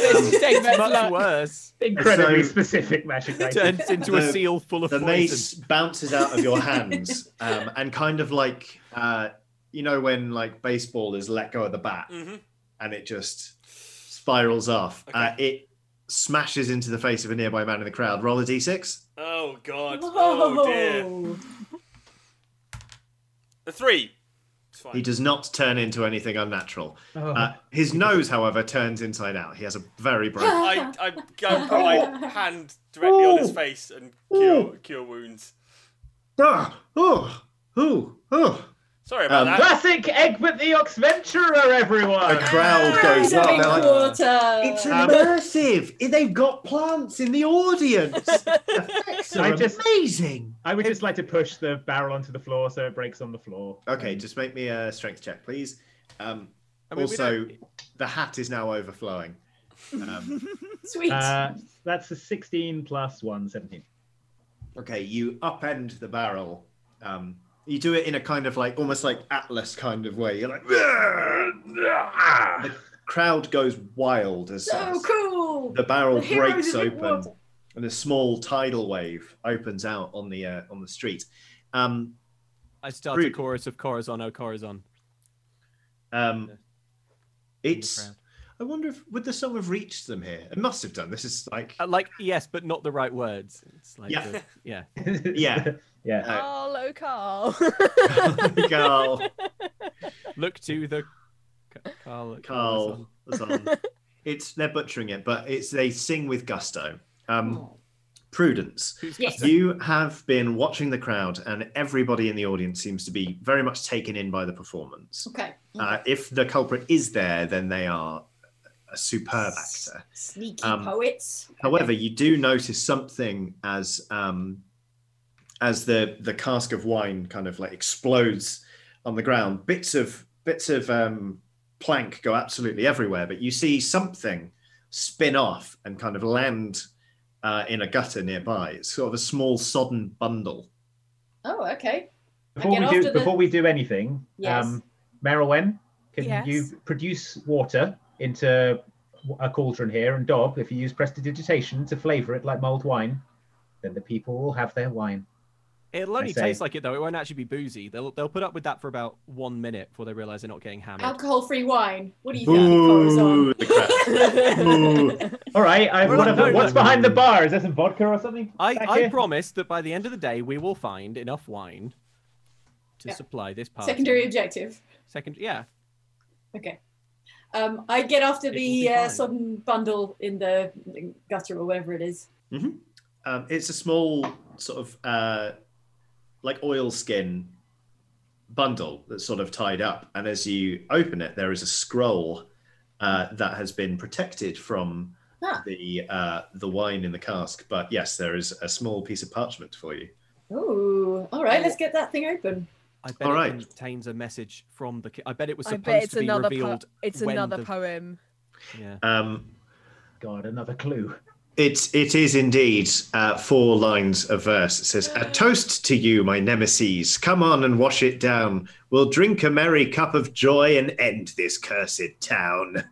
Speaker 12: it's just
Speaker 1: it's
Speaker 12: Egbert's
Speaker 1: much
Speaker 12: luck.
Speaker 1: worse.
Speaker 8: Incredibly
Speaker 9: So-
Speaker 8: specific magic.
Speaker 1: It turns into a seal full of
Speaker 9: the
Speaker 1: poison.
Speaker 9: mace bounces out of your hands um, and kind of like uh, you know when like baseballers let go of the bat
Speaker 6: Mhm.
Speaker 9: and it just spirals off uh, it smashes into the face of a nearby man in the crowd roll a d6
Speaker 6: Oh god. Oh dear. A three. It's fine.
Speaker 9: he does not turn into anything unnatural
Speaker 6: Oh.
Speaker 9: uh, his nose however turns inside out he has a very bright
Speaker 6: Ah. I, I go and put my hand directly on his face and cure, cure wounds.
Speaker 9: Ah, oh, oh, oh.
Speaker 15: Sorry
Speaker 9: about that.
Speaker 8: Classic Egbert the Oxventurer, everyone.
Speaker 9: The crowd goes up. They're like, it's
Speaker 8: Um,
Speaker 9: immersive. They've got plants in the audience. Effects
Speaker 8: I
Speaker 9: are
Speaker 8: just-
Speaker 9: amazing.
Speaker 8: I would just like to push the barrel onto the floor so it breaks on the floor.
Speaker 9: Okay, just make me a strength check, please. Um,
Speaker 8: I mean, we
Speaker 9: also, the hat is now overflowing. Um,
Speaker 5: Sweet.
Speaker 8: Uh, that's a 16 plus 1, 17.
Speaker 9: okay, you upend the barrel. Um, you do it in a kind of like almost like Atlas kind of way. You're like, "Ah!" the crowd goes wild as
Speaker 5: so
Speaker 9: as
Speaker 5: cool.
Speaker 9: the barrel
Speaker 5: The heroes
Speaker 9: breaks
Speaker 5: of the
Speaker 9: open
Speaker 5: water.
Speaker 9: and a small tidal wave opens out on the uh, on the street. Um,
Speaker 6: I start a
Speaker 9: Rude.
Speaker 6: chorus of Corazon, oh Corazon.
Speaker 9: Um, it's. I wonder if would the song have reached them here? It must have done. This is like
Speaker 6: Uh, like yes, but not the right words. It's like
Speaker 9: Yeah.
Speaker 6: the- yeah.
Speaker 9: yeah,
Speaker 6: Oh.
Speaker 8: yeah.
Speaker 12: Hello, Carl.
Speaker 9: Carl.
Speaker 6: Look to the Carl.
Speaker 9: Carl was on. It's they're butchering it, but it's they sing with gusto. Um, Prudence,
Speaker 5: Yes.
Speaker 9: you have been watching the crowd, and everybody in the audience seems to be very much taken in by the performance.
Speaker 5: Okay. Mm-hmm.
Speaker 9: Uh, if the culprit is there, then they are a superb actor.
Speaker 5: Sneaky
Speaker 9: um,
Speaker 5: poets.
Speaker 9: However, you do notice something as um, as the the cask of wine kind of like explodes on the ground. Bits of bits of um, plank go absolutely everywhere, but you see something spin off and kind of land uh, in a gutter nearby. It's sort of a small sodden bundle.
Speaker 5: Oh, okay. I
Speaker 8: Before
Speaker 5: get
Speaker 8: we, do,
Speaker 5: after the-
Speaker 8: before we do anything,
Speaker 5: Yes.
Speaker 8: um, Merylwen, can
Speaker 5: Yes.
Speaker 8: you produce water into a cauldron here? And Dob, if you use prestidigitation to flavour it like mulled wine, then the people will have their wine.
Speaker 6: It'll only
Speaker 8: say-
Speaker 6: taste like it though. It won't actually be boozy. They'll they'll put up with that for about one minute before they realise they're not getting hammered.
Speaker 5: Alcohol-free wine. What do you
Speaker 9: Boo,
Speaker 5: think,
Speaker 9: the crowd. Boo.
Speaker 8: All right, I,
Speaker 6: We're
Speaker 8: what
Speaker 6: not
Speaker 8: have-
Speaker 6: doing
Speaker 8: what's
Speaker 6: that.
Speaker 8: behind the bar? Is there some vodka or something?
Speaker 6: I,
Speaker 8: back
Speaker 6: I
Speaker 8: here?
Speaker 6: promise that by the end of the day we will find enough wine to supply this party.
Speaker 5: Secondary objective.
Speaker 6: Second, yeah.
Speaker 5: Okay. Um, I get after the
Speaker 6: be
Speaker 5: uh,
Speaker 6: fine.
Speaker 5: sodden bundle in the gutter or whatever it is.
Speaker 9: Mhm. Um, it's a small sort of uh, like oilskin bundle that's sort of tied up, and as you open it, there is a scroll uh, that has been protected from
Speaker 5: Ah.
Speaker 9: the uh, the wine in the cask. But yes, there is a small piece of parchment for you.
Speaker 5: Oh, all right. Let's get that thing open.
Speaker 6: I bet
Speaker 9: All
Speaker 6: it
Speaker 9: right.
Speaker 6: contains a message from the. ki- I bet it was
Speaker 12: I
Speaker 6: supposed
Speaker 12: bet it's
Speaker 6: to be
Speaker 12: another. Po-
Speaker 6: revealed.
Speaker 12: it's
Speaker 6: when
Speaker 12: another
Speaker 6: the-
Speaker 12: poem.
Speaker 6: Yeah.
Speaker 9: Um,
Speaker 8: God, another clue.
Speaker 9: It's it is indeed uh, four lines of verse. It says, "A toast to you, my nemesis. Come on and wash it down. We'll drink a merry cup of joy and end this cursed town."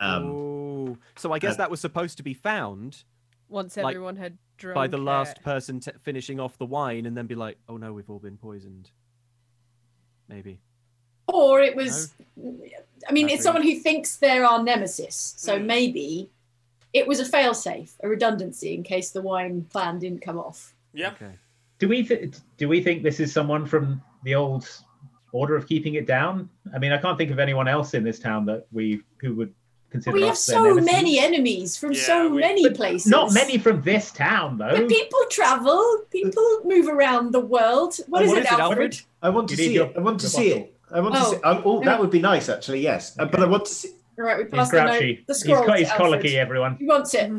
Speaker 9: Um,
Speaker 6: Ooh. So I guess
Speaker 9: uh,
Speaker 6: that was supposed to be found
Speaker 12: Once
Speaker 6: Like,
Speaker 12: everyone had drunk
Speaker 6: by the
Speaker 12: it.
Speaker 6: last person t- finishing off the wine, and then be like, "Oh no, we've all been poisoned." Maybe.
Speaker 5: Or it was, I mean, it's
Speaker 6: Nothing.
Speaker 5: someone who thinks they're our nemesis. So
Speaker 8: Hmm.
Speaker 5: maybe it was a failsafe, a redundancy in case the wine plan didn't come off.
Speaker 15: Yeah.
Speaker 6: Okay.
Speaker 8: Do we th- do we think this is someone from the old order of keeping it down? I mean, I can't think of anyone else in this town that we who would consider.
Speaker 5: we have
Speaker 8: us their
Speaker 5: so
Speaker 8: nemesis.
Speaker 5: many enemies from
Speaker 15: Yeah,
Speaker 5: so
Speaker 15: we-
Speaker 5: many places.
Speaker 8: Not many from this town, though.
Speaker 5: But people travel, people move around the world.
Speaker 8: Oh,
Speaker 5: what is, it, Alfred?
Speaker 9: I want to
Speaker 8: You need
Speaker 9: see
Speaker 8: your-
Speaker 9: it. I want to
Speaker 8: your
Speaker 9: see it. I want to
Speaker 5: Oh.
Speaker 9: see. Oh, oh, that would be nice, actually. Yes, Uh, but I want to see.
Speaker 5: All right, we
Speaker 8: He's
Speaker 5: passed the, note,
Speaker 8: grouchy.
Speaker 5: the
Speaker 8: He's
Speaker 5: scroll.
Speaker 8: got his Mm-hmm.
Speaker 5: to Alfred.
Speaker 8: colicky. Everyone.
Speaker 5: He wants it.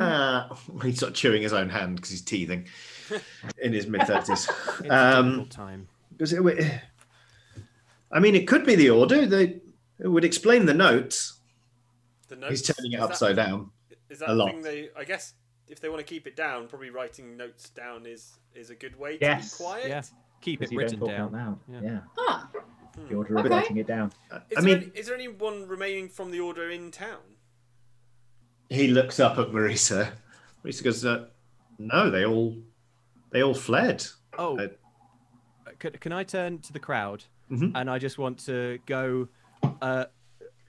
Speaker 9: Ah, he's not chewing his own hand because he's teething in his mid thirties.
Speaker 6: It's a
Speaker 9: Um,
Speaker 6: difficult time.
Speaker 9: Because it would- I mean, it could be the order. They it would explain the notes.
Speaker 15: The
Speaker 9: He's
Speaker 15: notes,
Speaker 9: turning it
Speaker 15: is that-
Speaker 9: upside down.
Speaker 15: Is that the
Speaker 9: a lot.
Speaker 15: thing they? I guess if they want to keep it down, probably writing notes down is is a good way to
Speaker 8: Yes.
Speaker 15: be quiet.
Speaker 6: Yeah. Keep it
Speaker 8: you don't
Speaker 6: written
Speaker 8: talk out
Speaker 6: down.
Speaker 8: loud. Yeah.
Speaker 5: Ah,
Speaker 8: The order of
Speaker 5: Okay.
Speaker 8: writing it down.
Speaker 15: Is
Speaker 9: I
Speaker 15: there
Speaker 9: mean,
Speaker 15: any, is there anyone remaining from the order in town?
Speaker 9: he looks up at Marisa. Marisa goes, uh, "No, they all, they all fled."
Speaker 6: Oh,
Speaker 9: Uh,
Speaker 6: can, can I turn to the crowd?
Speaker 9: Mhm.
Speaker 6: And I just want to go. Uh,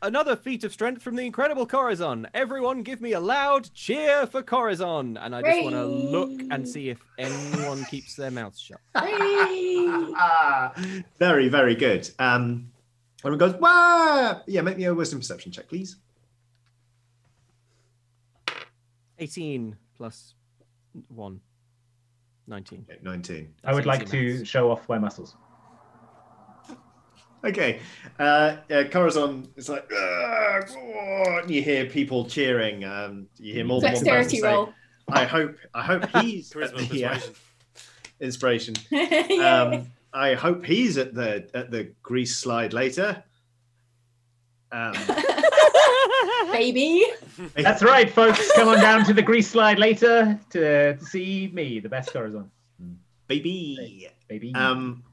Speaker 6: another feat of strength from the incredible Corazon. Everyone, give me a loud cheer for Corazon. And I just want to look and see if anyone keeps their mouths shut.
Speaker 5: hey.
Speaker 9: Ah, very, very good. Um, everyone goes, "Wow!" Yeah, make me a wisdom perception check, please.
Speaker 6: 18 plus one.
Speaker 13: 19.
Speaker 9: 19.
Speaker 8: I would like to show off my muscles.
Speaker 9: Okay. Uh, uh, Corazon is like, "Ugh, oh," and you hear people cheering. Um, you hear more than one person
Speaker 11: Dexterity
Speaker 9: say,
Speaker 11: roll.
Speaker 9: I hope. I hope he's at
Speaker 14: Charisma,
Speaker 9: the, uh,
Speaker 14: persuasion.
Speaker 9: inspiration.
Speaker 11: Yeah.
Speaker 9: Um, I hope he's at the at the grease slide later. Um,
Speaker 11: Baby.
Speaker 8: That's right, folks. Come on down to the grease slide later to, to see me, the best Corazon.
Speaker 9: baby,
Speaker 8: baby.
Speaker 9: Um,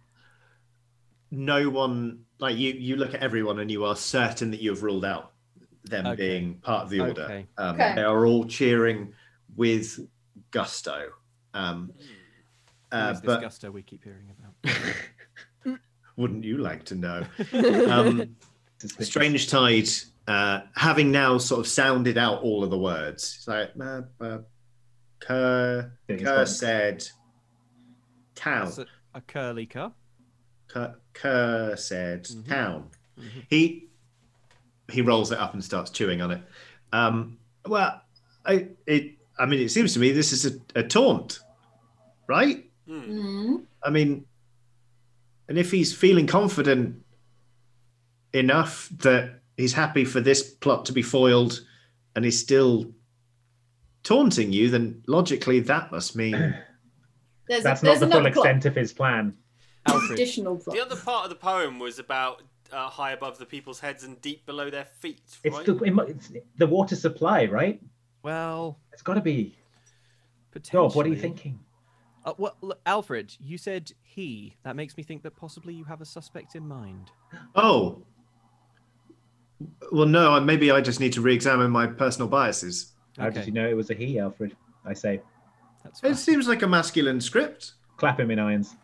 Speaker 9: no one like you. You look at everyone, and you are certain that you have ruled out them being part of the order.
Speaker 13: Okay.
Speaker 9: Um,
Speaker 13: Okay.
Speaker 9: They are all cheering with gusto. Um, uh,
Speaker 13: Where's this
Speaker 9: but
Speaker 13: gusto we keep hearing about?
Speaker 9: wouldn't you like to know? um, Strange Tide, uh, having now sort of sounded out all of the words, it's like uh, uh, Kerr,
Speaker 8: Yeah, he's
Speaker 9: Kerr
Speaker 8: fine.
Speaker 9: said, town.
Speaker 13: That's a, a curly cur. Mm-hmm.
Speaker 9: Kerr, Kerr said, town. He he rolls it up and starts chewing on it. Um, well, I it I mean, it seems to me this is a, a taunt, right?
Speaker 13: Hmm.
Speaker 9: I mean, and if he's feeling confident enough that he's happy for this plot to be foiled and he's still taunting you, then logically that must mean
Speaker 11: There's,
Speaker 8: That's
Speaker 11: there's
Speaker 8: not the full
Speaker 11: another plot.
Speaker 8: extent of his plan.
Speaker 11: Additional plot.
Speaker 14: The other part of the poem was about uh, high above the people's heads and deep below their feet,
Speaker 8: It's
Speaker 14: right?
Speaker 8: the it mu- it's the water supply, right?
Speaker 13: Well,
Speaker 8: it's got to be. God, what are you
Speaker 13: potentially.
Speaker 8: thinking?
Speaker 13: Uh, well, look, Alfred, you said he. That makes me think that possibly you have a suspect in mind.
Speaker 9: Oh. Well, no, I- maybe I just need to re examine my personal biases.
Speaker 8: How did you know it was a he, Alfred? I say.
Speaker 13: That's
Speaker 9: it seems like a masculine script.
Speaker 8: Clap him in irons.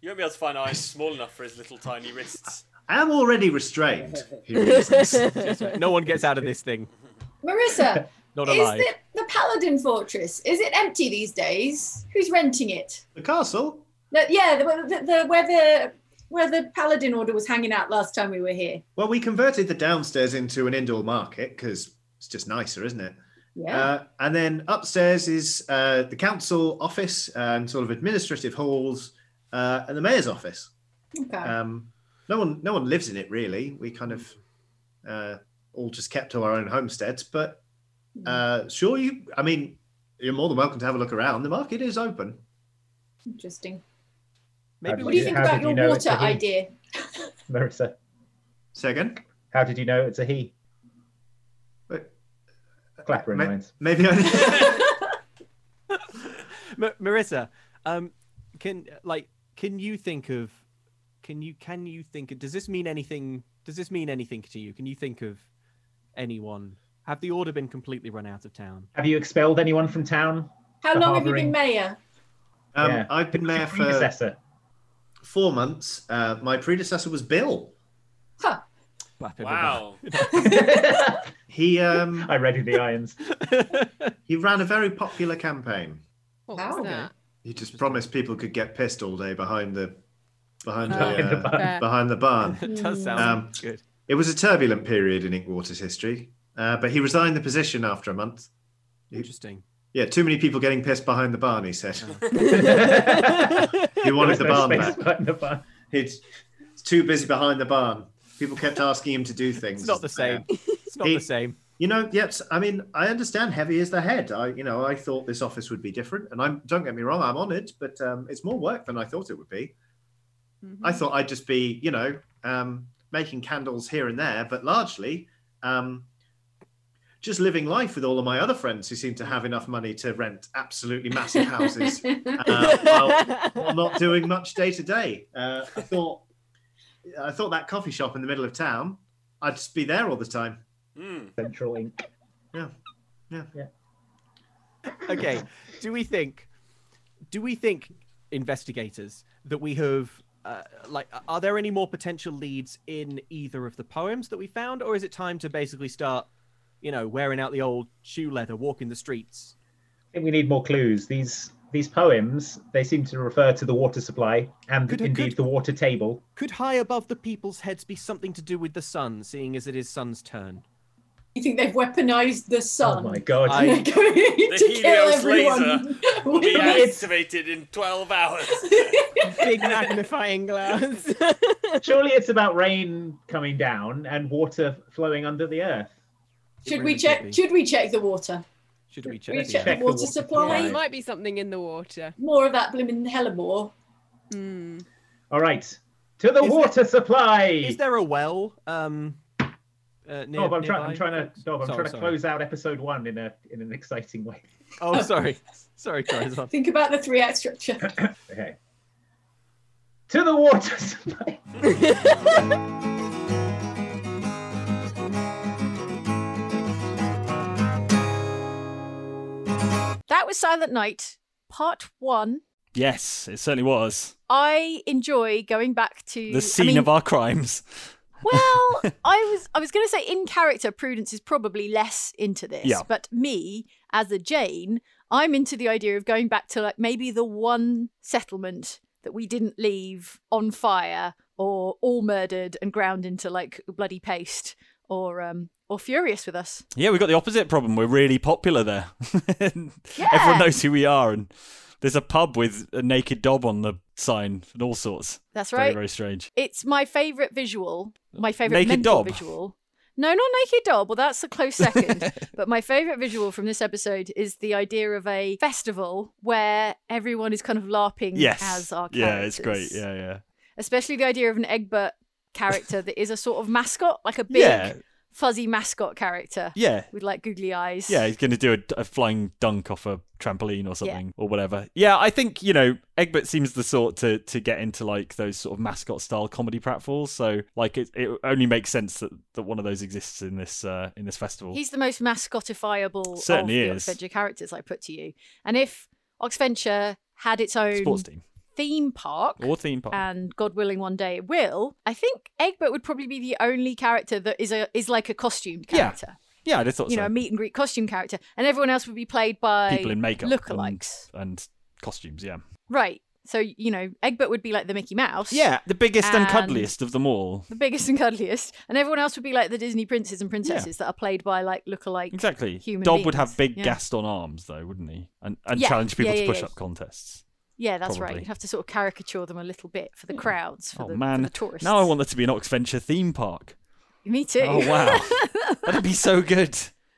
Speaker 14: You won't be able to find eyes small enough for his little tiny wrists.
Speaker 9: I am already restrained. He
Speaker 13: Yes, right. no one gets out of this thing.
Speaker 11: Marissa,
Speaker 13: Not
Speaker 11: is
Speaker 13: alive.
Speaker 11: the, the Paladin Fortress, is it empty these days? Who's renting it?
Speaker 9: The castle?
Speaker 11: No, yeah, the, the, the, where the where the Paladin Order was hanging out last time we were here.
Speaker 9: Well, we converted the downstairs into an indoor market because it's just nicer, isn't it?
Speaker 11: Yeah.
Speaker 9: Uh, and then upstairs is uh, the council office and sort of administrative halls uh, and the mayor's office.
Speaker 11: okay.
Speaker 9: Um, no one, no one lives in it really. We kind of
Speaker 11: Mm.
Speaker 9: uh, all just kept to our own homesteads. But uh, sure, you. I mean, you're more than welcome to have a look around. The market is open.
Speaker 11: Interesting.
Speaker 13: Maybe
Speaker 11: what do you think about your water idea?
Speaker 8: Marissa?
Speaker 9: Second.
Speaker 8: How did you know it's a he? Clap her in irons.
Speaker 9: Maybe I.
Speaker 13: Ma- Marissa, um, can like can you think of can you can you think does this mean anything does this mean anything to you? Can you think of anyone? Have the order been completely run out of town?
Speaker 8: Have you expelled anyone from town?
Speaker 11: How
Speaker 8: The
Speaker 11: long have you
Speaker 8: harbouring.
Speaker 11: been mayor?
Speaker 9: Um,
Speaker 8: Yeah.
Speaker 9: I've been there for
Speaker 8: predecessor?
Speaker 9: four months. Uh, my predecessor was Bill.
Speaker 14: Wow.
Speaker 9: He. Um,
Speaker 8: I ready the irons.
Speaker 9: he ran a very popular campaign.
Speaker 12: What
Speaker 11: How?
Speaker 12: was that?
Speaker 9: He just promised people could get pissed all day behind the behind the,
Speaker 13: Behind the
Speaker 9: uh,
Speaker 13: barn.
Speaker 9: behind the barn.
Speaker 13: It does sound
Speaker 9: Um,
Speaker 13: good.
Speaker 9: It was a turbulent period in Inkwater's history, uh, but he resigned the position after a month.
Speaker 13: Interesting.
Speaker 9: Yeah, too many people getting pissed behind the barn. He said he
Speaker 8: There
Speaker 9: wanted
Speaker 8: was
Speaker 9: the
Speaker 8: no
Speaker 9: barn
Speaker 8: space
Speaker 9: back.
Speaker 8: behind the barn.
Speaker 9: He's he's too busy behind the barn. People kept asking him to do things.
Speaker 13: It's not the same. It's not the same.
Speaker 9: You know, yes. I mean, I understand heavy is the head. I, you know, I thought this office would be different, and I'm. Don't get me wrong, I'm honoured, but um, it's more work than I thought it would be. I thought I'd just be, you know, um, making candles here and there, but largely um, just living life with all of my other friends who seem to have enough money to rent absolutely massive houses uh, while, while not doing much day to day. Uh, I thought, I thought that coffee shop in the middle of town, I'd just be there all the time.
Speaker 8: Central Ink.
Speaker 9: Yeah, yeah,
Speaker 8: yeah.
Speaker 13: okay do we think do we think investigators that we have uh, like are there any more potential leads in either of the poems that we found or is it time to basically start you know wearing out the old shoe leather walking the streets
Speaker 8: I think we need more clues. These these poems they seem to refer to the water supply and indeed the water table.
Speaker 13: could high above the people's heads be something to do with the sun seeing as it is sun's turn
Speaker 11: You think they've weaponized the sun?
Speaker 8: Oh my god!
Speaker 11: I-
Speaker 14: the
Speaker 11: to kill
Speaker 14: Helios
Speaker 11: everyone.
Speaker 14: laser will be activated in 12 hours.
Speaker 12: Big magnifying glass.
Speaker 8: Surely it's about rain coming down and water flowing under the earth.
Speaker 11: Should we check? Should we check the water?
Speaker 13: Should we
Speaker 11: check we the check the water water supply?
Speaker 12: There might be something in the water.
Speaker 11: More of that blimmin' hellebore.
Speaker 12: Mm.
Speaker 8: All right, to the
Speaker 13: Is
Speaker 8: water supply.
Speaker 13: Is there a well? Um, uh, near,
Speaker 8: Dob, I'm, trying, I'm
Speaker 13: nearby?
Speaker 8: trying to. Dob, I'm
Speaker 13: Sorry,
Speaker 8: trying to
Speaker 13: sorry.
Speaker 8: close out episode one in a in an exciting way.
Speaker 13: Oh, sorry, sorry, Charizard.
Speaker 11: Think about the three act structure.
Speaker 8: Okay. To the water
Speaker 5: That was Silent Night, part one.
Speaker 6: Yes, it certainly was
Speaker 5: I enjoy going back to
Speaker 6: the
Speaker 5: I
Speaker 6: scene
Speaker 5: mean,
Speaker 6: of our crimes.
Speaker 5: Well, I was I was going to say in character, Prudence is probably less into this,
Speaker 6: Yeah.
Speaker 5: but me as a Jane, I'm into the idea of going back to like maybe the one settlement that we didn't leave on fire or all murdered and ground into like bloody paste or um or furious with us.
Speaker 6: Yeah, we've got the opposite problem. We're really popular there. Everyone knows who we are, and there's a pub with a naked dob on the sign and all sorts.
Speaker 5: That's
Speaker 6: Very,
Speaker 5: right.
Speaker 6: very strange.
Speaker 5: It's my favorite visual, my favorite
Speaker 6: Naked
Speaker 5: mental
Speaker 6: Dob.
Speaker 5: visual. No, not naked dob. Well, that's a close second. but my favorite visual from this episode is the idea of a festival where everyone is kind of larping
Speaker 6: Yes.
Speaker 5: as our
Speaker 6: yeah,
Speaker 5: characters.
Speaker 6: it's great. Yeah, yeah.
Speaker 5: Especially the idea of an Egbert character that is a sort of mascot, like a big
Speaker 6: Yeah.
Speaker 5: fuzzy mascot character.
Speaker 6: Yeah.
Speaker 5: With like googly eyes.
Speaker 6: Yeah, he's going to do a, a flying dunk off a trampoline or something
Speaker 5: Yeah.
Speaker 6: or whatever. Yeah, I think you know Egbert seems the sort to to get into like those sort of mascot style comedy pratfalls. So like it it only makes sense that that one of those exists in this uh in this festival.
Speaker 5: He's the most mascotifiable
Speaker 6: Certainly
Speaker 5: of
Speaker 6: is.
Speaker 5: the Oxventure characters I put to you. And if Oxventure had its own
Speaker 6: Sports team
Speaker 5: theme park,
Speaker 6: or theme park.
Speaker 5: and God willing, one day it will. I think Egbert would probably be the only character that is a is like a costumed
Speaker 6: Yeah.
Speaker 5: character.
Speaker 6: yeah, I just thought
Speaker 5: You
Speaker 6: so.
Speaker 5: know, a meet and greet costume character, and everyone else would be played by
Speaker 6: People in makeup
Speaker 5: lookalikes.
Speaker 6: and, and costumes. Yeah.
Speaker 5: Right. So you know, Egbert would be like the Mickey Mouse.
Speaker 6: Yeah, the biggest and,
Speaker 5: and
Speaker 6: cuddliest of them all.
Speaker 5: The biggest and cuddliest, and everyone else would be like the Disney princes and princesses that are played by like lookalike.
Speaker 6: Exactly.
Speaker 5: Human
Speaker 6: Dob would
Speaker 5: beings.
Speaker 6: have big
Speaker 5: Yeah.
Speaker 6: Gaston arms though, wouldn't he? And and
Speaker 5: Yeah,
Speaker 6: challenge people
Speaker 5: yeah,
Speaker 6: to
Speaker 5: yeah,
Speaker 6: push
Speaker 5: yeah.
Speaker 6: up contests.
Speaker 5: Yeah, that's right.
Speaker 6: Probably.
Speaker 5: You'd have to sort of caricature them a little bit for the crowds, for,
Speaker 6: oh
Speaker 5: the, for
Speaker 6: man,
Speaker 5: the tourists.
Speaker 6: now I want there to be an Oxventure theme park.
Speaker 5: Me too.
Speaker 6: Oh wow, that'd be so good.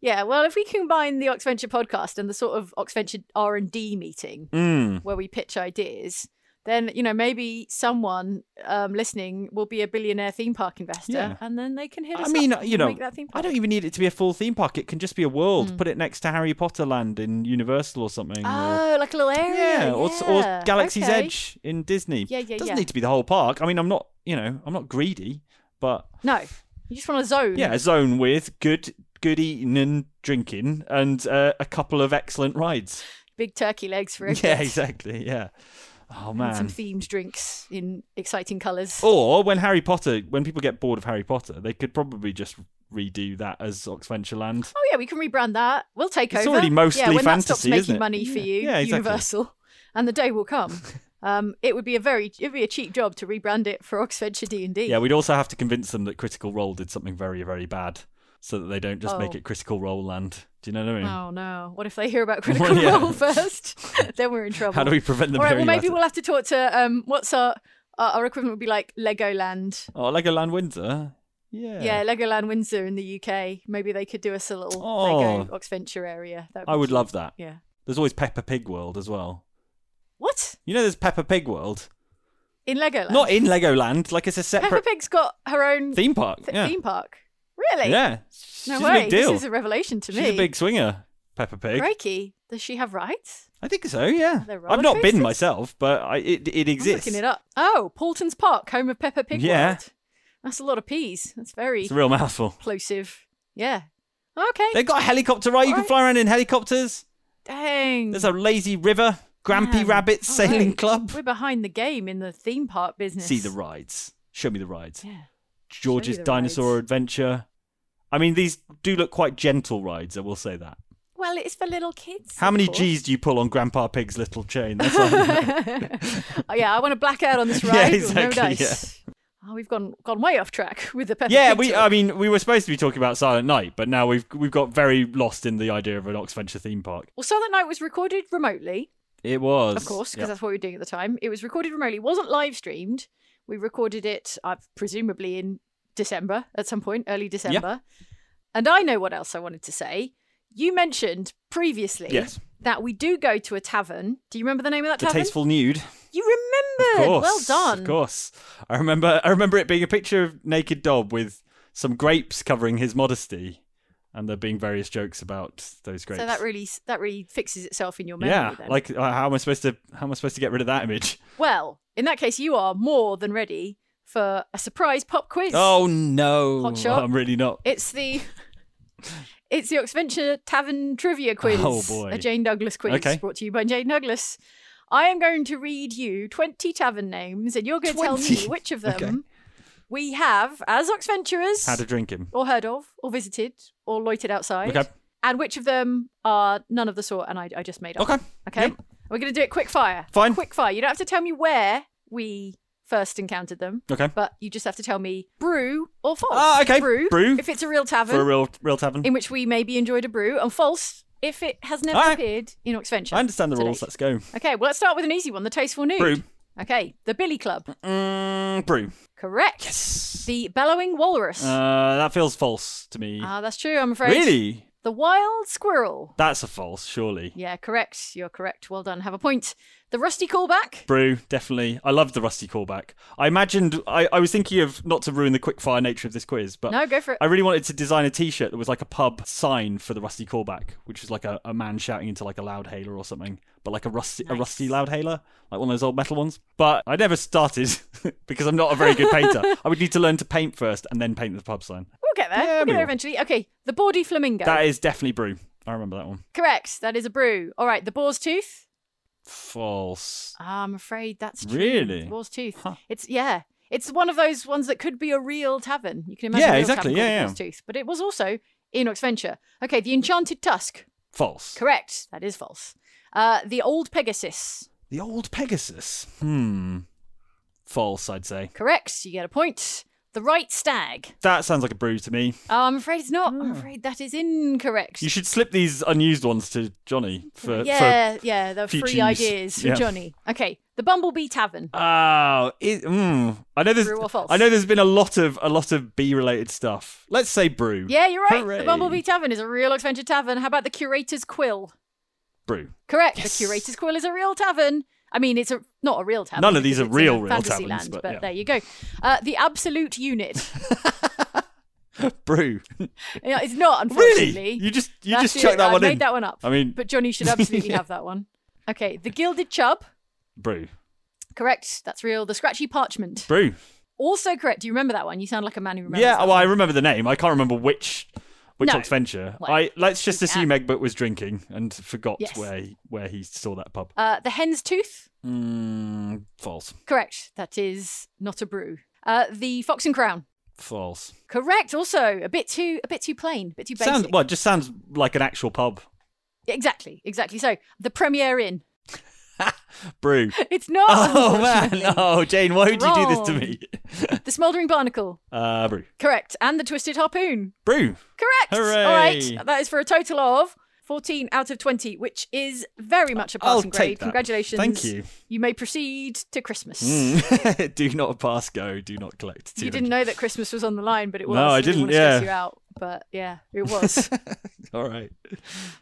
Speaker 5: Yeah, well, if we combine the Oxventure podcast and the sort of Oxventure R and D meeting
Speaker 6: Mm.
Speaker 5: where we pitch ideas, then you know maybe someone um, listening will be a billionaire theme park investor,
Speaker 6: Yeah.
Speaker 5: and then they can hit us.
Speaker 6: I mean,
Speaker 5: up
Speaker 6: you
Speaker 5: and
Speaker 6: know,
Speaker 5: make that theme park. Hmm.
Speaker 6: I don't even need it to be a full theme park. It can just be a world. Put it next to Harry Potter Land in Universal or something. or-
Speaker 5: Oh, like a little area.
Speaker 6: yeah,
Speaker 5: Yeah,
Speaker 6: Or, or Galaxy's
Speaker 5: okay.
Speaker 6: Edge in Disney.
Speaker 5: Yeah, yeah,
Speaker 6: Doesn't
Speaker 5: yeah.
Speaker 6: need to be the whole park. I mean, I'm not, you know, I'm not greedy, but
Speaker 5: No, you just want a zone.
Speaker 6: yeah, a zone with good, good eating and drinking, and uh, a couple of excellent rides.
Speaker 5: big turkey legs for everyone.
Speaker 6: Yeah, exactly. Yeah. Oh
Speaker 5: And some
Speaker 6: man.
Speaker 5: themed drinks in exciting colours.
Speaker 6: Or when Harry Potter, when people get bored of Harry Potter, they could probably just redo that as Oxventure Land.
Speaker 5: Oh yeah, we can rebrand that. We'll take
Speaker 6: It's
Speaker 5: over.
Speaker 6: already mostly
Speaker 5: yeah, when that stops
Speaker 6: fantasy,
Speaker 5: making
Speaker 6: isn't it?
Speaker 5: money for
Speaker 6: Yeah.
Speaker 5: you,
Speaker 6: Yeah, exactly.
Speaker 5: Universal, and the day will come. um, it would be a very, it'd be a cheap job to rebrand it for Oxfordshire D and D.
Speaker 6: Yeah, we'd also have to convince them that Critical Role did something very, very bad, so that they don't just make
Speaker 5: Oh.
Speaker 6: it Critical Role Land. Do you know what I mean?
Speaker 5: Oh no! What if they hear about Critical
Speaker 6: yeah.
Speaker 5: Role first? then we're in trouble.
Speaker 6: How do we prevent them
Speaker 5: All right. Well,
Speaker 6: hearing
Speaker 5: maybe
Speaker 6: about
Speaker 5: we'll have to talk to um, what's our our, our equivalent would be like Legoland.
Speaker 6: Oh, Legoland Windsor. Yeah.
Speaker 5: Yeah. Legoland Windsor in the UK. Maybe they could do us a little
Speaker 6: Oh.
Speaker 5: Lego Oxfordshire area. That'd
Speaker 6: I
Speaker 5: be
Speaker 6: would
Speaker 5: cute.
Speaker 6: love that.
Speaker 5: Yeah.
Speaker 6: There's always Peppa Pig World as well.
Speaker 5: What
Speaker 6: You know, there's Peppa Pig World.
Speaker 5: in Legoland?
Speaker 6: Not in Legoland. Like it's a
Speaker 5: Peppa
Speaker 6: separate
Speaker 5: Pig's got her own
Speaker 6: theme park.
Speaker 5: th-
Speaker 6: yeah.
Speaker 5: theme park. Really?
Speaker 6: Yeah.
Speaker 5: No
Speaker 6: She's
Speaker 5: way.
Speaker 6: a big deal.
Speaker 5: This is a revelation to
Speaker 6: She's
Speaker 5: me.
Speaker 6: a big swinger, Peppa Pig.
Speaker 5: Crikey, does she have rights?
Speaker 6: I think so. Yeah.
Speaker 5: They're roller
Speaker 6: I've not
Speaker 5: coasters?
Speaker 6: been myself, but I, it it
Speaker 5: I'm
Speaker 6: exists.
Speaker 5: looking it up. Oh, Paulton's Park, home of Peppa Pig.
Speaker 6: Yeah.
Speaker 5: World. That's a lot of peas. That's very
Speaker 6: It's a real mouthful.
Speaker 5: plosive. Yeah. Okay.
Speaker 6: They've got a helicopter ride. You can fly around in helicopters.
Speaker 5: Dang.
Speaker 6: There's a lazy river. Grampy
Speaker 5: Man.
Speaker 6: Rabbits
Speaker 5: All
Speaker 6: Sailing
Speaker 5: right.
Speaker 6: Club.
Speaker 5: We're behind the game in the theme park business.
Speaker 6: See the rides. Show me the rides.
Speaker 5: Yeah.
Speaker 6: George's
Speaker 5: the
Speaker 6: Dinosaur Adventure. I mean, these do look quite gentle rides. I will say that.
Speaker 5: Well, it's for little kids.
Speaker 6: How
Speaker 5: of
Speaker 6: many
Speaker 5: course.
Speaker 6: G's do you pull on Grandpa Pig's little chain? That's all I know.
Speaker 5: Oh, yeah, I want to black out on this
Speaker 6: yeah,
Speaker 5: ride. with
Speaker 6: exactly.
Speaker 5: No dice.
Speaker 6: Yeah.
Speaker 5: Oh, we've gone gone way off track with the pepper.
Speaker 6: Yeah,
Speaker 5: pig
Speaker 6: we.
Speaker 5: talk.
Speaker 6: I mean, we were supposed to be talking about Silent Night, but now we've we've got very lost in the idea of an Oxventure theme park.
Speaker 5: Well, Silent Night was recorded remotely,
Speaker 6: It was,
Speaker 5: of course, because
Speaker 6: Yep.
Speaker 5: that's what we were doing at the time. It was recorded remotely, wasn't live streamed. We recorded it, uh, presumably in December at some point, early December. And I know what else I wanted to say. You mentioned previously
Speaker 6: Yes.
Speaker 5: that we do go to a tavern. Do you remember the name of that
Speaker 6: the
Speaker 5: tavern?
Speaker 6: tasteful nude.
Speaker 5: You
Speaker 6: Of
Speaker 5: remembered.
Speaker 6: course,
Speaker 5: well done.
Speaker 6: Of course, I remember. I remember it being a picture of naked Dob with some grapes covering his modesty, and there being various jokes about those grapes.
Speaker 5: So that really that really fixes itself in your memory.
Speaker 6: yeah,
Speaker 5: then.
Speaker 6: like uh, how am I supposed to? How am I supposed to get rid of that image?
Speaker 5: well, in that case, you are more than ready for a surprise pop quiz.
Speaker 6: oh no,
Speaker 5: Hot shot.
Speaker 6: I'm really not.
Speaker 5: It's the it's the Oxventure Tavern Trivia Quiz.
Speaker 6: Oh, boy.
Speaker 5: A Jane Douglas quiz
Speaker 6: Okay.
Speaker 5: brought to you by Jane Douglas. I am going to read you 20 tavern names, and you're going to tell
Speaker 6: 20?
Speaker 5: me which of them
Speaker 6: Okay.
Speaker 5: we have as Oxventurers
Speaker 6: Had to drink him.
Speaker 5: or heard of, or visited, or loitered outside,
Speaker 6: Okay.
Speaker 5: and which of them are none of the sort, and I, I just made up.
Speaker 6: Okay.
Speaker 5: Okay. We're going to do it quick fire.
Speaker 6: Fine.
Speaker 5: Quick fire. You don't have to tell me where we first encountered them.
Speaker 6: Okay.
Speaker 5: But you just have to tell me brew or false.
Speaker 6: Ah, okay.
Speaker 5: Brew.
Speaker 6: Brew.
Speaker 5: If it's a real tavern.
Speaker 6: For a real, real tavern.
Speaker 5: In which we maybe enjoyed a brew, and false if it has never
Speaker 6: Alright.
Speaker 5: appeared in Oxventure.
Speaker 6: I understand the
Speaker 5: to
Speaker 6: rules.
Speaker 5: date.
Speaker 6: Let's go.
Speaker 5: Okay. Well, let's start with an easy one. The Tasteful Nude.
Speaker 6: Brew.
Speaker 5: Okay. The Billy Club.
Speaker 6: Mm, brew.
Speaker 5: Correct. Yes. The Bellowing Walrus.
Speaker 6: Uh, that feels false to me.
Speaker 5: Ah, that's true. I'm afraid.
Speaker 6: Really?
Speaker 5: The Wild Squirrel.
Speaker 6: That's a false, surely.
Speaker 5: Yeah, correct. You're correct. Well done. Have a point. The Rusty Callback.
Speaker 6: Brew, definitely. I love the rusty callback. I imagined I, I was thinking of not to ruin the quickfire nature of this quiz, but
Speaker 5: No, go for it.
Speaker 6: I really wanted to design a T-shirt that was like a pub sign for the rusty callback, which is like a, a man shouting into like a loud hailer or something, but like a rusty a rusty loud hailer, like one of those old metal ones. But I never started because I'm not a very good painter. I would need to learn to paint first and then paint the pub sign.
Speaker 5: We'll get there. we'll
Speaker 6: we
Speaker 5: get there
Speaker 6: will.
Speaker 5: eventually. Okay, the Bawdy Flamingo.
Speaker 6: That is definitely brew. I remember that one.
Speaker 5: correct. That is a brew. All right, the Boar's Tooth.
Speaker 6: False.
Speaker 5: Ah, I'm afraid that's true.
Speaker 6: Really?
Speaker 5: The Boar's Tooth. It's yeah. It's one of those ones that could be a real tavern. You can imagine. a
Speaker 6: Yeah,
Speaker 5: real Tavern
Speaker 6: exactly.
Speaker 5: called
Speaker 6: Yeah,
Speaker 5: the Boar's Tooth, but it was also in Venture. Okay, the Enchanted Tusk.
Speaker 6: False.
Speaker 5: Correct. That is false. Uh, the Old Pegasus.
Speaker 6: The old Pegasus. Hmm. False, I'd say.
Speaker 5: Correct. You get a point. The Right Stag.
Speaker 6: That sounds like a brew to me.
Speaker 5: Oh, I'm afraid it's not. I'm afraid that is incorrect.
Speaker 6: Hmm. You should slip these unused ones to Johnny for.
Speaker 5: yeah,
Speaker 6: For...
Speaker 5: yeah, the free
Speaker 6: future use.
Speaker 5: ideas for
Speaker 6: Yeah.
Speaker 5: Johnny. Okay, the Bumblebee Tavern.
Speaker 6: Oh, it, mm. I know there's.
Speaker 5: Brew or false?
Speaker 6: I know there's been a lot of a lot of bee-related stuff. Let's say brew.
Speaker 5: Yeah, you're right.
Speaker 6: Hooray.
Speaker 5: The Bumblebee Tavern is a real Oxventure tavern. How about the Curator's Quill?
Speaker 6: Brew.
Speaker 5: Correct. The Curator's Quill is a real tavern. I mean, it's a not a real tavern.
Speaker 6: None of these
Speaker 5: because it's
Speaker 6: are
Speaker 5: in
Speaker 6: real,
Speaker 5: a
Speaker 6: real
Speaker 5: fantasy
Speaker 6: taverns,
Speaker 5: land,
Speaker 6: but yeah.
Speaker 5: there you go. Uh, the Absolute Unit.
Speaker 6: Brew.
Speaker 5: Yeah, it's not,
Speaker 6: Really?
Speaker 5: unfortunately.
Speaker 6: You just you
Speaker 5: That's
Speaker 6: just chucked
Speaker 5: it.
Speaker 6: that
Speaker 5: I
Speaker 6: one
Speaker 5: made
Speaker 6: in.
Speaker 5: that one up.
Speaker 6: I mean,
Speaker 5: but Johnny should absolutely have that one. Okay, the Gilded Chub.
Speaker 6: brew.
Speaker 5: Correct. That's real. The Scratchy Parchment.
Speaker 6: Brew.
Speaker 5: Also correct. Do you remember that one? You sound like a man who remembers.
Speaker 6: Yeah. Well, I remember the name. I can't remember which which
Speaker 5: No.
Speaker 6: Oxventure.
Speaker 5: Well,
Speaker 6: I let's just assume Egbert was drinking and forgot
Speaker 5: Yes.
Speaker 6: where he, where he saw that pub.
Speaker 5: Uh, the Hen's Tooth.
Speaker 6: Mm, false.
Speaker 5: Correct. That is not a brew. Uh, the Fox and Crown.
Speaker 6: False.
Speaker 5: Correct. Also, a bit too a bit too plain, a bit too basic.
Speaker 6: Sounds well. it Just sounds like an actual pub.
Speaker 5: Exactly. Exactly. So the Premier Inn.
Speaker 6: Brew.
Speaker 5: It's not.
Speaker 6: Oh man! Oh, Jane, why would you do this to
Speaker 5: Wrong.
Speaker 6: me?
Speaker 5: The Smouldering Barnacle.
Speaker 6: Uh, brew.
Speaker 5: Correct. And the Twisted Harpoon.
Speaker 6: Brew.
Speaker 5: Correct.
Speaker 6: Hooray.
Speaker 5: All right. That is for a total of. 14 out of 20, which is very much a
Speaker 6: I'll
Speaker 5: passing grade.
Speaker 6: take that.
Speaker 5: Congratulations.
Speaker 6: Thank you.
Speaker 5: You may proceed to Christmas.
Speaker 6: Mm. do not pass go. Do not collect.
Speaker 5: You didn't know that Christmas was on the line, but it
Speaker 6: No,
Speaker 5: was.
Speaker 6: I
Speaker 5: didn't. want
Speaker 6: didn't,
Speaker 5: to stress
Speaker 6: yeah.
Speaker 5: you out, but yeah, it was.
Speaker 6: All right.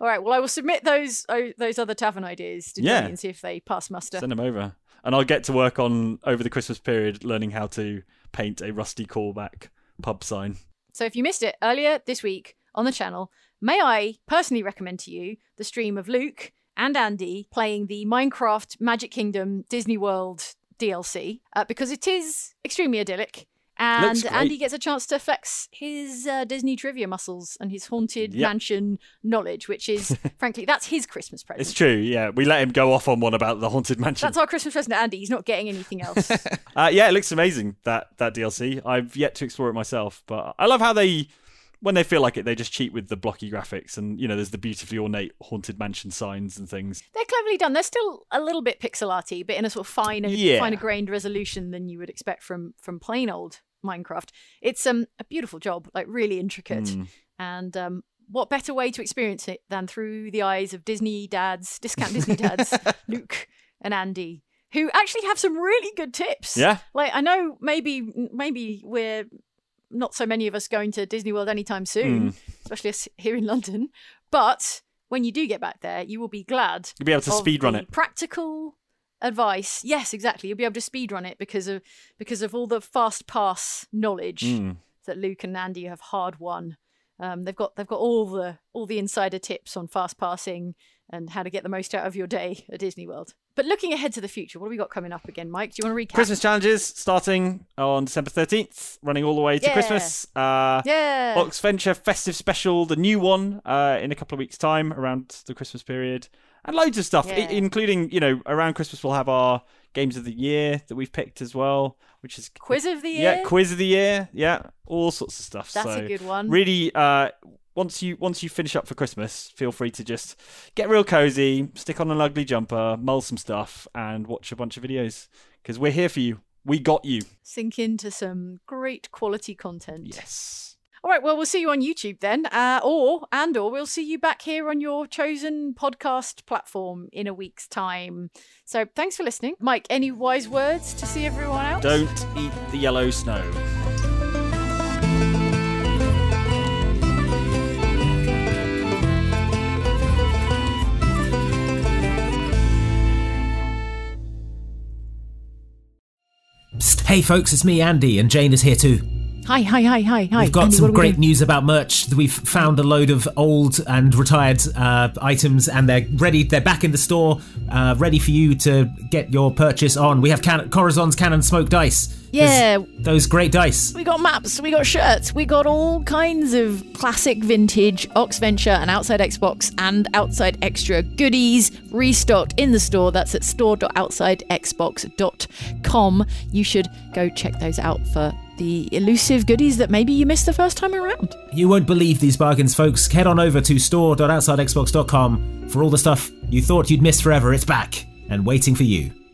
Speaker 5: All right. Well, I will submit those oh, those other tavern ideas to
Speaker 6: Yeah.
Speaker 5: Johnny and see if they pass muster.
Speaker 6: Send them over, and I'll get to work on over the Christmas period learning how to paint a rusty callback pub sign.
Speaker 5: So if you missed it earlier this week on the channel, may I personally recommend to you the stream of Luke and Andy playing the Minecraft Magic Kingdom Disney World DLC uh, because it is extremely idyllic. And
Speaker 2: Looks great.
Speaker 5: Andy gets a chance to flex his uh, Disney trivia muscles and his haunted
Speaker 6: Yep.
Speaker 5: mansion knowledge, which is, frankly, that's his Christmas present.
Speaker 6: It's true. Yeah, we let him go off on one about the haunted mansion.
Speaker 5: That's our Christmas present to Andy. He's not getting anything else.
Speaker 6: Uh, yeah, it looks amazing that that DLC. I've yet to explore it myself, but I love how they when they feel like it, they just cheat with the blocky graphics and you know there's the beautifully ornate haunted mansion signs and things.
Speaker 5: They're cleverly done. They're still a little bit pixel arty, but in a sort of finer,
Speaker 6: Yeah.
Speaker 5: finer grained resolution than you would expect from from plain old Minecraft. It's um a beautiful job, like really intricate.
Speaker 6: Mm.
Speaker 5: And um, what better way to experience it than through the eyes of Disney dads, discount Disney dads, Luke and Andy, who actually have some really good tips.
Speaker 6: Yeah.
Speaker 5: Like I know maybe maybe we're not so many of us going to Disney World anytime soon,
Speaker 6: Mm.
Speaker 5: especially us here in London. But when you do get back there, you will be glad
Speaker 6: You'll be able to
Speaker 5: of
Speaker 6: speedrun
Speaker 5: the
Speaker 6: it.
Speaker 5: Practical advice, yes, exactly. You'll be able to speedrun it because of because of all the fast pass knowledge
Speaker 6: Mm.
Speaker 5: that Luke and Andy have hard won. Um, they've got they've got all the all the insider tips on fast passing and how to get the most out of your day at Disney World. But looking ahead to the future, what have we got coming up again, Mike? Do you want to recap?
Speaker 6: Christmas challenges starting on December 13th, running all the way to
Speaker 5: Yeah.
Speaker 6: Christmas. Uh,
Speaker 5: Yeah.
Speaker 6: Oxventure Festive Special, the new one, uh, in a couple of weeks' time around the Christmas period. And loads of stuff, i-
Speaker 5: Yeah.
Speaker 6: including, you know, around Christmas we'll have our games of the year that we've picked as well, which is
Speaker 5: Quiz of the year.
Speaker 6: Yeah, quiz of the year. Yeah, all sorts of stuff.
Speaker 5: That's a
Speaker 6: So,
Speaker 5: good one.
Speaker 6: Really, uh, once you once you finish up for Christmas, feel free to just get real cozy, stick on an ugly jumper, mull some stuff, and watch a bunch of videos because we're here for you. We got you.
Speaker 5: Sink into some great quality content.
Speaker 6: Yes.
Speaker 5: All right. Well, we'll see you on YouTube then, uh, or and or we'll see you back here on your chosen podcast platform in a week's time. So thanks for listening, Mike. Any wise words to see everyone out?
Speaker 6: Don't eat the yellow snow.
Speaker 1: Psst, hey folks, it's me, Andy, and Jane is here too.
Speaker 2: Hi, hi, hi, hi, hi.
Speaker 1: We've got
Speaker 2: Andy, what
Speaker 1: some
Speaker 2: are we
Speaker 1: great
Speaker 2: doing?
Speaker 1: news about merch. We've found a load of old and retired uh, items, and they're ready. They're back in the store, uh, ready for you to get your purchase on. We have can- Corazon's Cannon Smoke Dice. There's
Speaker 2: Yeah.
Speaker 1: those great dice.
Speaker 2: We got maps, we got shirts, we got all kinds of classic vintage Oxventure and Outside Xbox and Outside Extra goodies restocked in the store. That's at store.outsidexbox.com. You should go check those out for the elusive goodies that maybe you missed the first time around.
Speaker 1: You won't believe these bargains, folks. Head on over to store.outsidexbox.com for all the stuff you thought you'd missed forever. It's back and waiting for you.